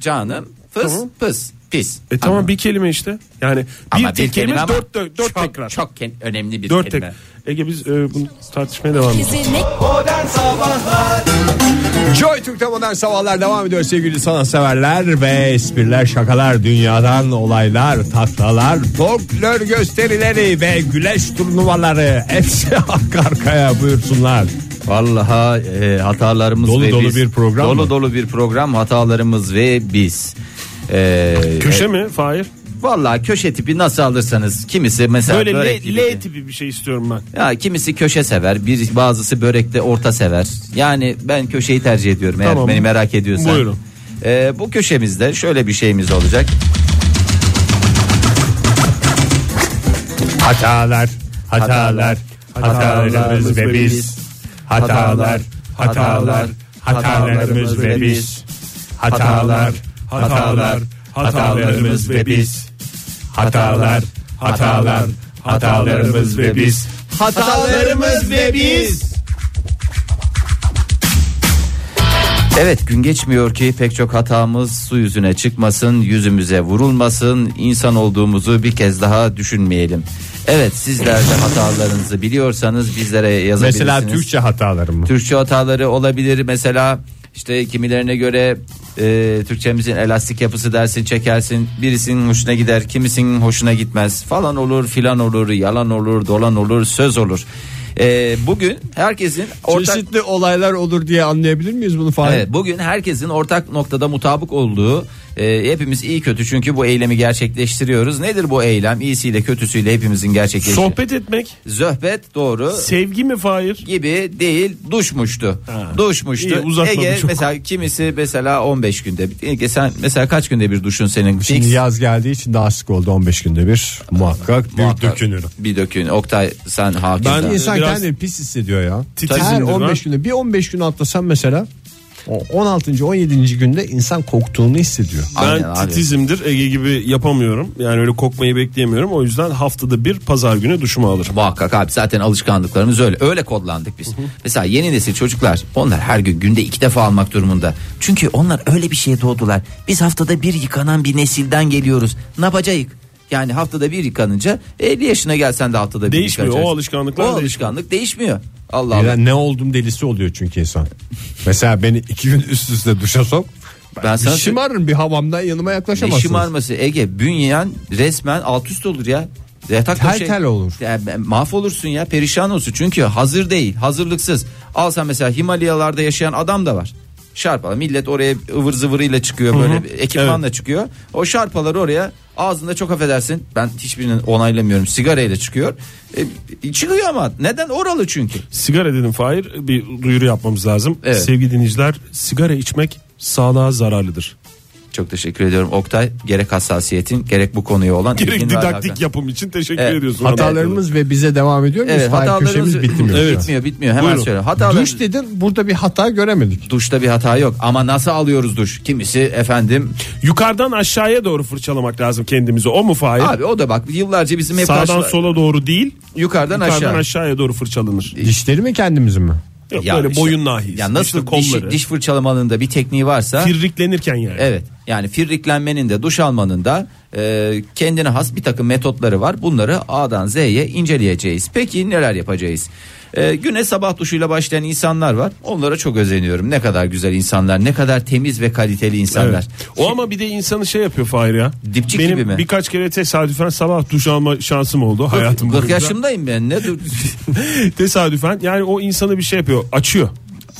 S5: canım fıs
S4: Tamam.
S5: pıs pis.
S4: E tamam
S5: Anladım.
S4: bir kelime işte. Yani bir,
S5: Ama
S4: tek kelime,
S5: ama
S4: dört, dört, dört
S5: çok,
S4: tekrar.
S5: Çok ken- önemli bir
S4: dört
S5: kelime.
S4: tekrar. Ege biz e, bunu tartışmaya devam edelim.
S6: Gezilmek
S2: Modern Sabahlar
S3: Joy Türk'te modern sabahlar devam ediyor sevgili sanatseverler ve espriler, şakalar, dünyadan olaylar, tatlalar, folklor gösterileri ve güleş turnuvaları hepsi arka arkaya buyursunlar.
S5: Vallahi e, hatalarımız
S3: Dolu
S5: ve
S3: dolu
S5: biz.
S3: bir program
S5: Dolu
S3: mı?
S5: dolu bir program hatalarımız ve biz. E,
S4: Köşe mi Fahir?
S5: Vallahi köşe tipi nasıl alırsanız kimisi mesela
S4: Böyle
S5: börek
S4: L,
S5: gibi
S4: L
S5: de-
S4: tipi bir şey istiyorum ben.
S5: Ya kimisi köşe sever, bir bazısı börekte orta sever. Yani ben köşeyi tercih ediyorum eğer
S4: Tamam.
S5: beni merak ediyorsan.
S4: Buyurun.
S5: Ee, bu köşemizde şöyle bir şeyimiz olacak.
S3: Hatalar, hatalar,
S5: hatalarımız
S3: hatalarımız
S5: ve
S3: ve biz. Hatalar, hatalar, hatalarımız ve biz. Hatalar, hatalar, hatalarımız ve biz. Hatalar, hatalar, hatalarımız ve biz.
S5: Hatalarımız ve biz. Evet gün geçmiyor ki pek çok hatamız su yüzüne çıkmasın, yüzümüze vurulmasın, insan olduğumuzu bir kez daha düşünmeyelim. Evet sizler de hatalarınızı biliyorsanız bizlere yazabilirsiniz.
S3: Mesela Türkçe hatalarım mı?
S5: Türkçe hataları olabilir. Mesela işte kimilerine göre e, Türkçemizin elastik yapısı dersin çekersin. Birisinin hoşuna gider, kimisinin hoşuna gitmez. Falan olur, filan olur, yalan olur, dolan olur, söz olur. E, bugün herkesin ortak...
S3: Çeşitli olaylar olur diye anlayabilir miyiz bunu Fahir?
S5: Evet, bugün herkesin ortak noktada mutabık olduğu e, hepimiz iyi kötü çünkü bu eylemi gerçekleştiriyoruz. Nedir bu eylem? İyisiyle kötüsüyle hepimizin gerçekleştiği.
S4: Sohbet etmek,
S5: Zöhbet doğru
S4: sevgi mi Fahir?
S5: gibi değil duşmuştu. Duşmuştu.
S4: İyi, uzatmadım
S5: Ege
S4: çok.
S5: mesela kimisi mesela 15 günde. Ege sen mesela kaç günde bir duşun senin?
S3: Şimdi
S5: Fix.
S3: yaz geldiği için daha sık oldu 15 günde bir muhakkak bir
S5: Muhakkak
S3: dökünür.
S5: Bir dökün. Oktay sen hakim.
S3: Ben
S5: daha.
S3: insan
S4: Biraz
S3: kendini pis hissediyor ya.
S4: titizimdir
S3: Her
S4: ben.
S3: 15 günde bir 15 gün atlasam mesela O 16. 17. günde insan koktuğunu hissediyor.
S5: Aynen
S4: Ben
S5: abi.
S4: titizimdir Ege gibi yapamıyorum. Yani öyle kokmayı bekleyemiyorum. O yüzden haftada bir pazar günü duşumu alırım.
S5: Muhakkak abi zaten alışkanlıklarımız öyle. Öyle kodlandık biz. Mesela yeni nesil çocuklar onlar her gün günde iki defa almak durumunda. Çünkü onlar öyle bir şeye doğdular. Biz haftada bir yıkanan bir nesilden geliyoruz. Ne yapacağız? Yani haftada bir yıkanınca 50 yaşına gelsen de haftada bir
S4: Değişmiyor.
S5: yıkanacaksın.
S4: O alışkanlıklar
S5: O
S4: değişmiyor.
S5: alışkanlık değişmiyor. Allah Allah.
S3: Yani ne oldum delisi oluyor çünkü insan. Mesela beni iki gün üst üste duşa sok.
S5: Ben
S3: Ben
S5: sana-
S3: bir şımarırım bir havamdan yanıma
S5: Ne
S3: yaklaşamazsınız.
S5: şımarması Ege bünyen resmen alt üst olur ya. Yatak
S3: Tel
S5: döşek-
S3: tel olur.
S5: Ya, e, mahvolursun ya perişan olsun çünkü hazır değil hazırlıksız. Al sen mesela Himalayalarda yaşayan adam da var. Şarpalar millet oraya ıvır zıvırıyla çıkıyor böyle ekipmanla çıkıyor. O şarpalar oraya ağzında çok affedersin ben hiçbirini onaylamıyorum sigarayla çıkıyor. E, çıkıyor ama neden oralı çünkü.
S4: Sigara dedim Fahir bir duyuru yapmamız lazım.
S5: Evet.
S4: Sevgili dinleyiciler sigara içmek sağlığa zararlıdır.
S5: Çok teşekkür ediyorum Oktay gerek hassasiyetin gerek bu konuya olan
S4: Gerek
S5: ilgin ve alakan.
S4: didaktik yapım için teşekkür
S5: Evet.
S4: ediyorsun.
S3: Hatalarımız ve bize devam ediyor muyuz?
S5: Evet
S3: Hayır,
S5: hatalarımız
S3: köşemiz bitti mi?
S5: Evet. bitmiyor bitmiyor hemen
S4: Buyurun.
S5: söyle. Hatalarımız
S3: Duş dedin burada bir hata göremedik.
S5: Duşta bir hata yok ama nasıl alıyoruz duş? Kimisi efendim
S4: Yukarıdan aşağıya doğru fırçalamak lazım kendimizi. O mu Fahir?
S5: abi o da bak yıllarca bizim hep
S4: E, Sağdan
S5: karşıla-
S4: sola doğru değil.
S5: yukarıdan,
S4: Yukarıdan
S5: aşağı.
S4: aşağıya doğru fırçalanır.
S3: Dişleri mi kendimizi mi?
S4: Yok,
S5: Ya
S4: böyle
S5: işte-
S4: boyun nahiyesi.
S5: Ya nasıl
S4: işte kolları.
S5: diş, diş fırçalamanında bir tekniği varsa
S4: Firriklenirken yani.
S5: evet yani firriklenmenin de duş almanın da e, kendine has bir takım metotları var. Bunları A'dan Z'ye inceleyeceğiz. Peki neler yapacağız? E, güne sabah duşuyla başlayan insanlar var. Onlara çok özeniyorum. Ne kadar güzel insanlar, ne kadar temiz ve kaliteli insanlar.
S4: Evet. O ama bir de insanı şey yapıyor Fahir ya.
S5: Dipçik
S4: Benim
S5: gibi mi?
S4: birkaç kere tesadüfen sabah duş alma şansım oldu hayatım
S5: 40
S4: boyunca.
S5: yaşımdayım ben. Ne dur-
S4: tesadüfen yani o insanı bir şey yapıyor açıyor.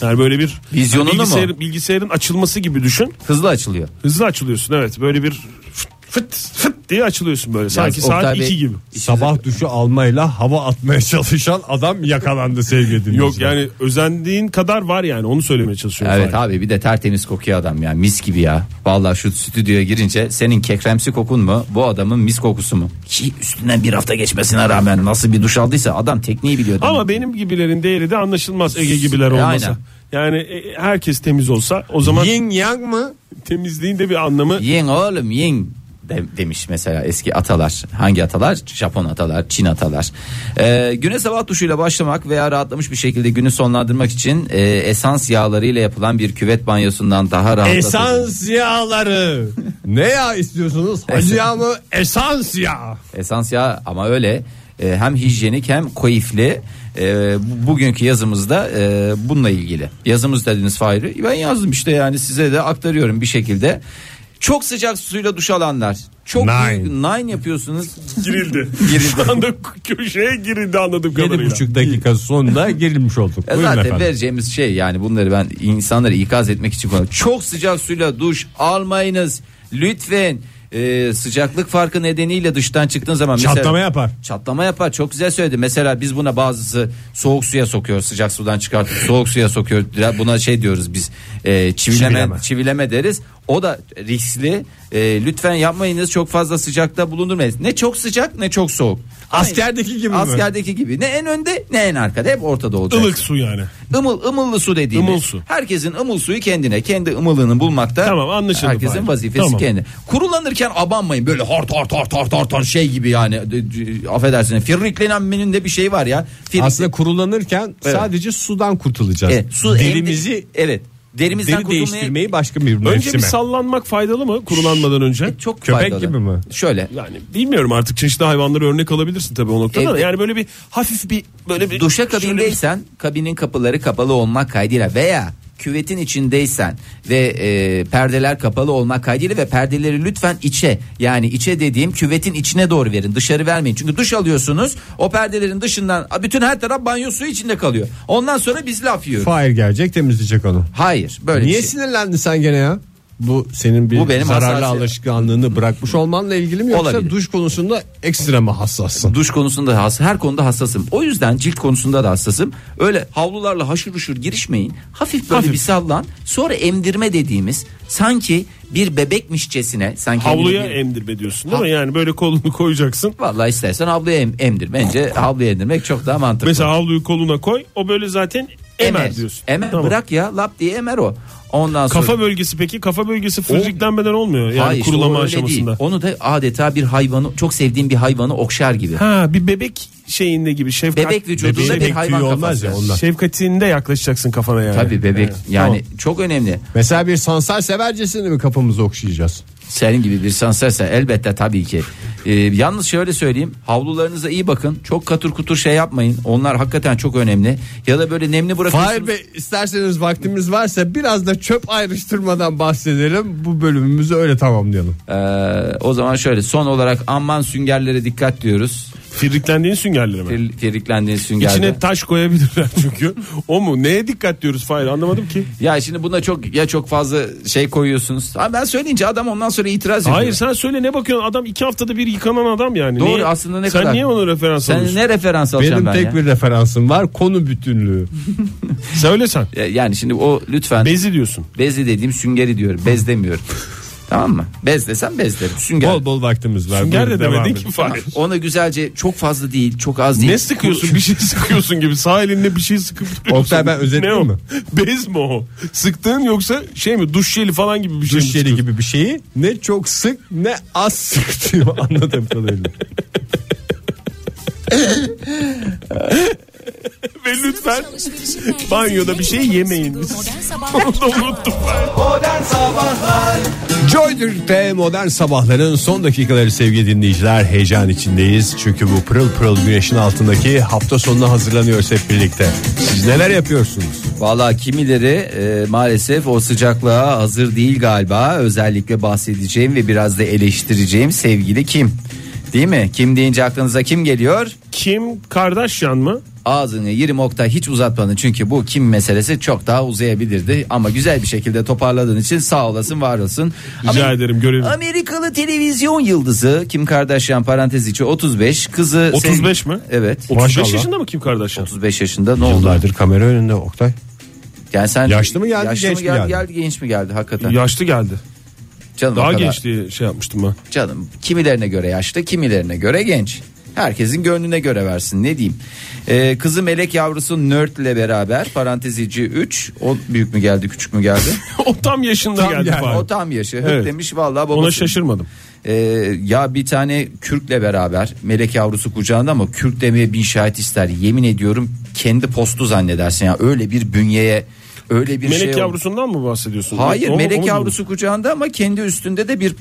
S4: Yani böyle bir
S5: Vizyonunu mu?
S4: bilgisayarın, bilgisayarın açılması gibi düşün.
S5: Hızlı açılıyor.
S4: Hızlı açılıyorsun evet böyle bir fıt fıt, fıt diye açılıyorsun böyle. Sanki
S5: Yalnız Oktay
S4: saat
S5: Bey-
S4: 2 gibi.
S3: Sabah duşu almayla hava atmaya çalışan adam yakalandı sevgili dinleyiciler.
S4: Yok yani özendiğin kadar var yani onu söylemeye çalışıyorum.
S5: Evet
S4: Fahir.
S5: abi bir de tertemiz kokuyor adam ya mis gibi ya. Vallahi şu stüdyoya girince senin kekremsi kokun mu bu adamın mis kokusu mu? Ki üstünden bir hafta geçmesine rağmen nasıl bir duş aldıysa adam tekniği biliyor. değil mi?
S4: Ama benim gibilerin değeri de anlaşılmaz Ege gibiler
S5: Aynen.
S4: olmasa. Yani e, herkes temiz olsa o zaman
S3: Yin yang mı?
S4: temizliğin de bir anlamı
S5: Ying oğlum ying de- demiş mesela eski atalar. Hangi atalar? Japon atalar, Çin atalar. Ee, güne sabah duşuyla başlamak veya rahatlamış bir şekilde günü sonlandırmak için e, esans yağlarıyla yapılan bir küvet banyosundan daha rahat.
S3: Esans yağları. ne yağ istiyorsunuz? Hacı yağ mı? Esans yağı.
S5: Esans yağı ama öyle e, hem hijyenik hem koyifli. E, bu- bugünkü yazımızda e, bununla ilgili. Yazımız dediniz Fahri. Ben yazdım işte yani size de aktarıyorum bir şekilde. Çok sıcak suyla duş alanlar. Çok
S3: Nine.
S5: büyük nine yapıyorsunuz.
S4: girildi. Şu anda köşeye girildi anladığım kadarıyla.
S3: 7,5 dakika sonunda girilmiş olduk.
S5: E,
S3: Buyurun
S5: zaten
S3: efendim.
S5: vereceğimiz şey yani bunları ben insanları ikaz etmek için kullanıyorum. Çok sıcak suyla duş almayınız lütfen. E, sıcaklık farkı nedeniyle dıştan çıktığın zaman mesela-
S3: Çatlama yapar.
S5: Çatlama yapar çok güzel söyledi. Mesela biz buna bazısı soğuk suya sokuyor sıcak sudan çıkartıp soğuk suya sokuyor. Buna şey diyoruz biz e, çivileme, çivileme
S3: Çivileme.
S5: deriz. O da riskli. E, lütfen yapmayınız çok fazla sıcakta bulundurmayınız. Ne çok sıcak ne çok soğuk.
S3: Askerdeki gibi mi?
S5: Askerdeki gibi. Ne en önde ne en arkada hep ortada olacak.
S4: Ilık su yani.
S5: Imıl, ımıllı su dediğimiz.
S4: Imıl su.
S5: Herkesin ımıl suyu kendine. Kendi ımılını bulmakta.
S4: Tamam, anlaşıldı
S5: Herkesin
S4: Fahir.
S5: vazifesi
S4: Tamam.
S5: kendi. Kurulanırken abanmayın. Böyle hart hart hart hart hart hart şey gibi yani. D- d- Affedersin. Firriklenmenin de bir şey var ya. Firrik-
S3: Aslında kurulanırken sadece sudan kurtulacağız.
S5: Evet, su
S3: Derimizi
S5: emdi- evet. Derimizden
S3: deri
S5: kurtulmaya-
S3: değiştirmeyi başka bir mevsime.
S4: Önce bir sallanmak faydalı mı kurulanmadan önce?
S5: E, Çok
S3: Köpek
S5: faydalı.
S3: gibi mi?
S5: Şöyle.
S4: Yani bilmiyorum artık çeşitli hayvanları örnek alabilirsin tabii o noktada. da.
S5: Evet.
S4: Yani böyle bir hafif bir böyle bir
S5: Duşa
S4: şöyle bir-
S5: kabindeysen kabinin kapıları kapalı olmak kaydıyla veya küvetin içindeysen ve e, perdeler kapalı olmak kaydıyla ve perdeleri lütfen içe yani içe dediğim küvetin içine doğru verin dışarı vermeyin çünkü duş alıyorsunuz o perdelerin dışından bütün her taraf banyo suyu içinde kalıyor ondan sonra biz laf yiyoruz
S3: Fahir gelecek temizleyecek onu.
S5: hayır böyle
S3: Niye
S5: bir şey.
S3: sinirlendin sen gene ya? Bu senin bir
S5: Bu benim
S3: zararlı
S5: hassasiyet-
S3: alışkanlığını bırakmış olmanla ilgili mi yoksa
S5: Olabilir.
S3: duş konusunda ekstra mı hassassın?
S5: duş konusunda has, her konuda hassasım. O yüzden cilt konusunda da hassasım. Öyle havlularla haşır huşur girişmeyin. Hafif böyle bir sallan. Sonra emdirme dediğimiz sanki bir bebekmişçesine sanki
S4: havluya
S5: bir-
S4: emdirme diyorsun değil mi? Yani böyle kolunu koyacaksın.
S5: Vallahi istersen havluya em- emdir. Bence havluya emdirmek çok daha mantıklı.
S4: Mesela havluyu koluna koy. O böyle zaten Emer, diyorsun.
S5: Emer
S4: Tamam.
S5: bırak ya lap diye emer o. Ondan sonra
S4: Kafa bölgesi peki kafa bölgesi fırcık denmeden olmuyor yani
S5: Hayır, işte o
S4: kurulama
S5: öyle
S4: aşamasında.
S5: değil. Onu da adeta bir hayvanı çok sevdiğim bir hayvanı okşar gibi.
S4: Ha bir bebek şeyinde gibi şefkat.
S5: Bebek vücudunda
S3: Bebeğin
S5: bir
S3: pek tüyü
S5: hayvan
S3: olmaz
S5: kafası.
S3: ya ondan.
S4: Şefkatinde yaklaşacaksın kafana yani.
S5: Tabii bebek
S4: Evet.
S5: yani çok önemli.
S3: Mesela bir sansar severcesini mi kafamızı okşayacağız?
S5: Senin gibi bir sanserse elbette tabii ki. Ee, yalnız şöyle söyleyeyim havlularınıza iyi bakın çok katır kutur şey yapmayın onlar hakikaten çok önemli ya da böyle nemli
S7: Fahir
S5: bırakıyorsunuz.
S7: Bey isterseniz vaktimiz varsa biraz da çöp ayrıştırmadan bahsedelim. Bu bölümümüzü öyle tamamlayalım.
S5: Ee, o zaman şöyle son olarak aman süngerlere dikkat diyoruz.
S4: Firriklendiğin süngerleri mi?
S5: Fir- Firiklendiğin süngerde.
S4: İçine taş koyabilirler çünkü. o mu? Neye dikkat diyoruz Fahir anlamadım ki.
S5: Ya şimdi buna çok ya çok fazla şey koyuyorsunuz. Ha ben söyleyince adam ondan sonra itiraz ediyor.
S4: Hayır sen söyle ne bakıyorsun adam iki haftada bir yıkanan adam yani.
S5: Doğru
S4: Niye-
S5: aslında ne
S4: sen
S5: kadar.
S4: niye onu referans
S5: Sen
S4: alıyorsun?
S5: ne referans alacağım
S7: Benim
S5: ben
S7: tek
S5: ya?
S7: bir referansım var konu bütünlüğü.
S4: Söyle sen.
S5: E, Yani şimdi o lütfen
S4: Bezi diyorsun.
S5: bezli dediğim süngeri diyorum. Bez demiyorum. tamam mı? Bez desem bez derim. Sünger.
S7: bol bol vaktimiz var.
S4: Sünger de
S7: Buyurun, devam
S4: demedin
S7: edin.
S4: ki Fahir.
S5: Ona güzelce çok fazla değil, çok az değil.
S4: Ne sıkıyorsun? Bir şey sıkıyorsun gibi. Sağ elinde bir şey sıkıp duruyorsun.
S7: Oktay, ben özetleyeyim
S4: Ne o?
S7: mi?
S4: Bez mi o? Sıktığın yoksa şey mi? Duş jeli falan gibi bir şey mi
S7: Duş jeli
S4: sıkıyorsun?
S7: gibi bir şeyi ne çok sık ne az sık diyor anladığım kadarıyla.
S4: Ve lütfen
S6: Alışverişin merkezi
S4: Banyoda bir şey
S6: Maxlevel'ın
S4: yemeyin.
S6: sunduğu Modern
S4: onu da
S6: sabahlar.
S4: unuttum ben.
S2: Modern Sabahlar
S7: Joy Türk'te modern sabahların son dakikaları sevgili dinleyiciler heyecan içindeyiz. Çünkü bu pırıl pırıl güneşin altındaki hafta sonuna hazırlanıyoruz hep birlikte. Siz neler yapıyorsunuz?
S5: Valla kimileri e, maalesef o sıcaklığa hazır değil galiba. Özellikle bahsedeceğim ve biraz da eleştireceğim sevgili Kim. Değil mi? Kim deyince aklınıza kim geliyor?
S4: Kim Kardashian mı?
S5: Ağzını 20 okta hiç uzatmadın çünkü bu kim meselesi çok daha uzayabilirdi ama güzel bir şekilde toparladığın için sağ olasın var olasın.
S4: Rica ederim, görelim.
S5: Amerikalı televizyon yıldızı Kim Kardashian parantez içi 35 kızı
S4: 35
S5: sevgi-
S4: mi?
S5: Evet.
S4: 35
S7: Maşallah.
S4: yaşında mı Kim Kardashian?
S5: 35 yaşında ne oldu?
S7: Yıllardır kamera önünde Oktay.
S5: Yani sen
S7: Yaşlı mı geldi,
S5: yaşlı
S7: genç
S5: mı
S7: mi
S5: geldi,
S7: geldi?
S5: geldi, genç mi geldi hakikaten.
S4: Yaşlı geldi.
S5: Canım o
S4: Daha
S5: kadar.
S4: genç diye şey yapmıştım ben.
S5: Canım kimilerine göre yaşlı kimilerine göre genç. Herkesin gönlüne göre versin ne diyeyim. Ee, kızı melek yavrusu Nerd ile beraber parantez içi 3. O büyük mü geldi küçük mü geldi?
S4: O tam yaşında geldi
S7: geldi.
S4: Fahir.
S5: o tam yaşı. Hıp
S4: Evet.
S5: demiş vallahi babası.
S4: Ona şaşırmadım.
S5: Ee, ya bir tane Kürk'le beraber melek yavrusu kucağında ama Kürk demeye bin şahit ister. Yemin ediyorum kendi postu zannedersin ya. Öyle bir bünyeye öyle bir şey.
S4: Melek
S5: ol-
S4: yavrusundan mı bahsediyorsun?
S5: Hayır
S4: O-
S5: melek
S4: onu
S5: yavrusu kucağında ama kendi üstünde de bir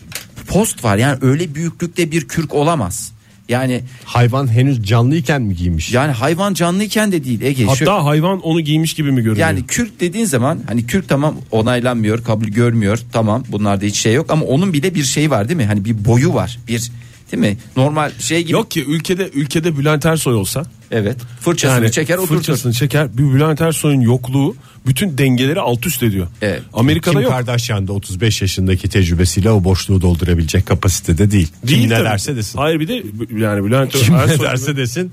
S5: post var. Yani öyle büyüklükte bir kürk olamaz. Yani
S7: Hayvan henüz canlıyken mi giymiş?
S5: yani hayvan canlıyken de değil Ege. Şu-
S4: Hatta hayvan onu giymiş gibi mi görünüyor?
S5: yani kürk dediğin zaman hani kürk tamam onaylanmıyor, kabul görmüyor. Tamam bunlarda hiç şey yok ama onun bile bir şeyi var değil mi? Hani bir boyu var. Bir değil mi? Normal şey gibi.
S4: Yok ki ülkede ülkede Bülent Ersoy olsa
S5: Evet. Fırçasını çeker oturtur.
S4: Fırçasını çeker. Bir Bülent Ersoy'un yokluğu bütün dengeleri alt üst ediyor.
S5: Evet.
S4: Amerika'da
S7: Kim
S4: yok.
S7: Kardashian da 35 yaşındaki tecrübesiyle o boşluğu doldurabilecek kapasitede değil.
S4: Değil
S7: Kim ne
S4: tabii.
S7: derse desin.
S4: Hayır bir de yani Bülent
S7: Kim ne
S4: Ersoy
S7: derse desin.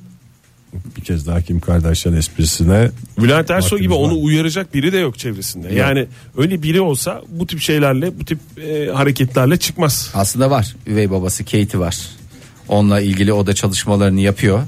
S7: Bir kez daha Kim Kardashian esprisine
S4: Bülent Ersoy gibi
S7: Vaktimiz
S4: onu
S7: var.
S4: uyaracak biri de yok çevresinde. Yani öyle biri olsa bu tip şeylerle, bu tip e, hareketlerle çıkmaz.
S5: Aslında var. Üvey babası Kate'i var. Onunla ilgili o da çalışmalarını yapıyor.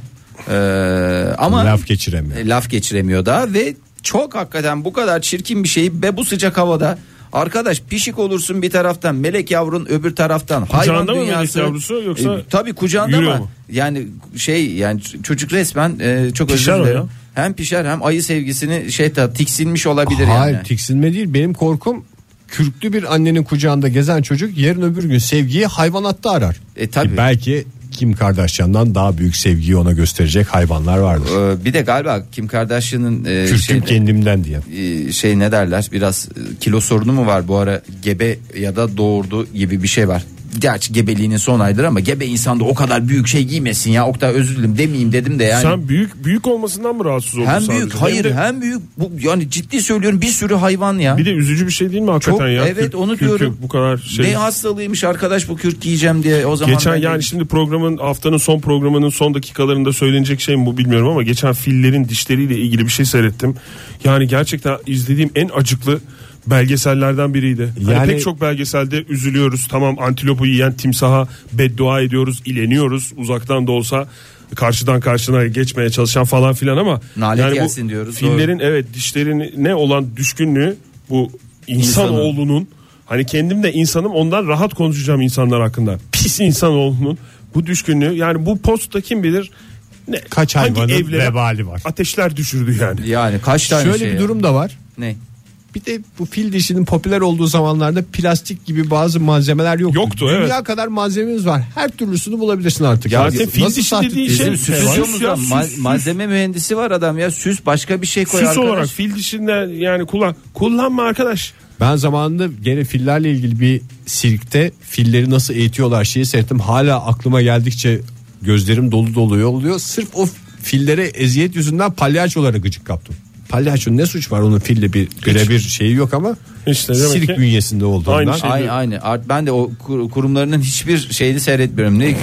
S5: Ee, ama
S7: laf geçiremiyor.
S5: E, laf geçiremiyor da ve çok hakikaten bu kadar çirkin bir şeyi ve bu sıcak havada arkadaş pişik olursun bir taraftan melek yavrun öbür taraftan hayvan
S4: mı melek
S5: dünyası E,
S4: yavrusu yoksa
S5: tabii kucağında
S4: yürüyor
S5: ama
S4: mu?
S5: yani şey yani ç- çocuk resmen e, çok
S4: Pişer o
S5: özür
S4: ya.
S5: dilerim. Hem pişer hem ayı sevgisini şey ta- tiksinmiş olabilir
S7: Hayır
S5: yani.
S7: tiksinme değil benim korkum kürklü bir annenin kucağında gezen çocuk yarın öbür gün sevgiyi hayvanatta arar.
S5: E, tabii.
S7: Ki belki Kim Kardashian'dan daha büyük sevgiyi ona gösterecek hayvanlar vardır.
S5: Ee, bir de galiba Kim Kardashian'ın e,
S7: Kürküm
S5: şeyde-
S7: kendimden diye.
S5: e, şey ne derler biraz e, kilo sorunu mu var bu ara gebe ya da doğurdu gibi bir şey var. Gerçi gebeliğinin son aydır ama gebe insanda o kadar büyük şey giymesin ya. Oktay özür dilerim demeyeyim dedim de yani.
S4: Sen büyük büyük olmasından mı rahatsız oldun
S5: hem
S4: sadece?
S5: büyük hayır
S4: de-
S5: hem büyük bu, yani ciddi söylüyorum bir sürü hayvan ya.
S4: Bir de üzücü bir şey değil mi hakikaten
S5: Çok
S4: ya?
S5: evet
S4: Kürk-
S5: onu
S4: kürkü
S5: diyorum.
S4: Bu kadar şey.
S5: Ne hastalığıymış arkadaş bu kürk giyeceğim diye o zaman.
S4: Geçen
S5: ben de-
S4: yani şimdi programın haftanın son programının son dakikalarında söylenecek şey mi bu bilmiyorum ama geçen fillerin dişleriyle ilgili bir şey seyrettim. Yani gerçekten izlediğim en acıklı belgesellerden biriydi. Yani
S7: Yani-
S4: pek çok belgeselde üzülüyoruz. Tamam antilopu yiyen timsaha beddua ediyoruz, ileniyoruz uzaktan da olsa. karşıdan karşına geçmeye çalışan falan filan ama
S5: Nalet
S4: bu
S5: gelsin diyoruz,
S4: Fillerin evet dişlerine olan düşkünlüğü bu insanoğlunun hani kendim de insanım ondan rahat konuşacağım insanlar hakkında. Pis insanoğlunun bu düşkünlüğü yani bu postta kim bilir ne,
S3: Kaç
S4: hangi
S3: hayvanın
S4: evlere
S3: vebali var.
S4: Ateşler düşürdü yani.
S5: Yani kaç tane
S3: Şöyle
S5: şey
S3: bir
S5: ya?
S3: durum da var.
S5: Ne?
S3: Bir de bu fil dişinin popüler olduğu zamanlarda plastik gibi bazı malzemeler yoktu.
S4: Yoktu,
S3: Dünya
S4: evet.
S3: kadar malzememiz var. Her türlüsünü bulabilirsin artık.
S4: Zaten fil
S3: nasıl
S4: dişi
S3: sahte-
S4: dediğin şey-
S5: Bizim
S4: Süs
S5: süs
S4: ya,
S5: yolumuzda
S4: süs,
S5: ma-
S4: süs.
S5: malzeme mühendisi var adam ya. Süs başka bir şey koy
S4: Süs
S5: arkadaş.
S4: olarak fil dişinden yani kullan kullanma arkadaş.
S3: Ben zamanında gene fillerle ilgili bir sirkte filleri nasıl eğitiyorlar şeyi seyrettim. Hala aklıma geldikçe gözlerim dolu dolu yolluyor. Sırf o fillere eziyet yüzünden palyaçolara gıcık kaptım. Palyaço ne suç var onun fille bir birebir şeyi yok ama
S4: İşte demek
S3: sirk
S4: ki-
S3: bünyesinde olduğundan.
S4: Aynı şey.
S5: Aynı aynı. Art- Ben de o kur- kurumlarının hiçbir şeyini seyretmiyorum. Ne işte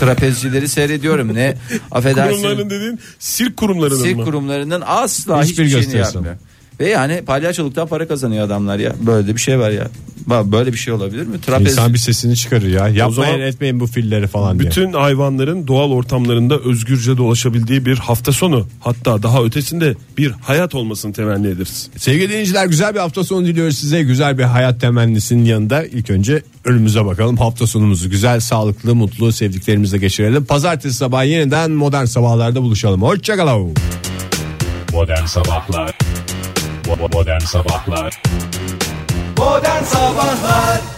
S5: trapezcileri seyrediyorum. Ne
S4: Kurumların
S5: affedersin.
S4: dediğin sirk kurumlarının
S5: Sirk
S4: mı?
S5: kurumlarının asla
S3: Hiçbir
S5: hiçbir, şeyini
S3: gösterisi.
S5: yapmıyor. Ve yani palyaçoluktan para kazanıyor adamlar ya. Böyle de bir şey var ya. Bak Böyle bir şey olabilir mi? Trapez
S3: İnsan bir sesini çıkarır ya. Yapmayın
S4: zaman-
S3: etmeyin bu filleri falan diye.
S4: Bütün hayvanların doğal ortamlarında özgürce dolaşabildiği bir hafta sonu hatta daha ötesinde bir hayat olmasını temenni ederiz.
S3: Sevgili dinleyiciler güzel bir hafta sonu diliyoruz size. Güzel bir hayat temennisinin yanında ilk önce önümüze bakalım. Hafta sonumuzu güzel, sağlıklı, mutlu sevdiklerimizle geçirelim. Pazartesi sabahı yeniden modern sabahlarda buluşalım. Hoşçakalın.
S1: Modern Sabahlar Bo- bo- Modern Sabahlar
S2: Modern Sabahlar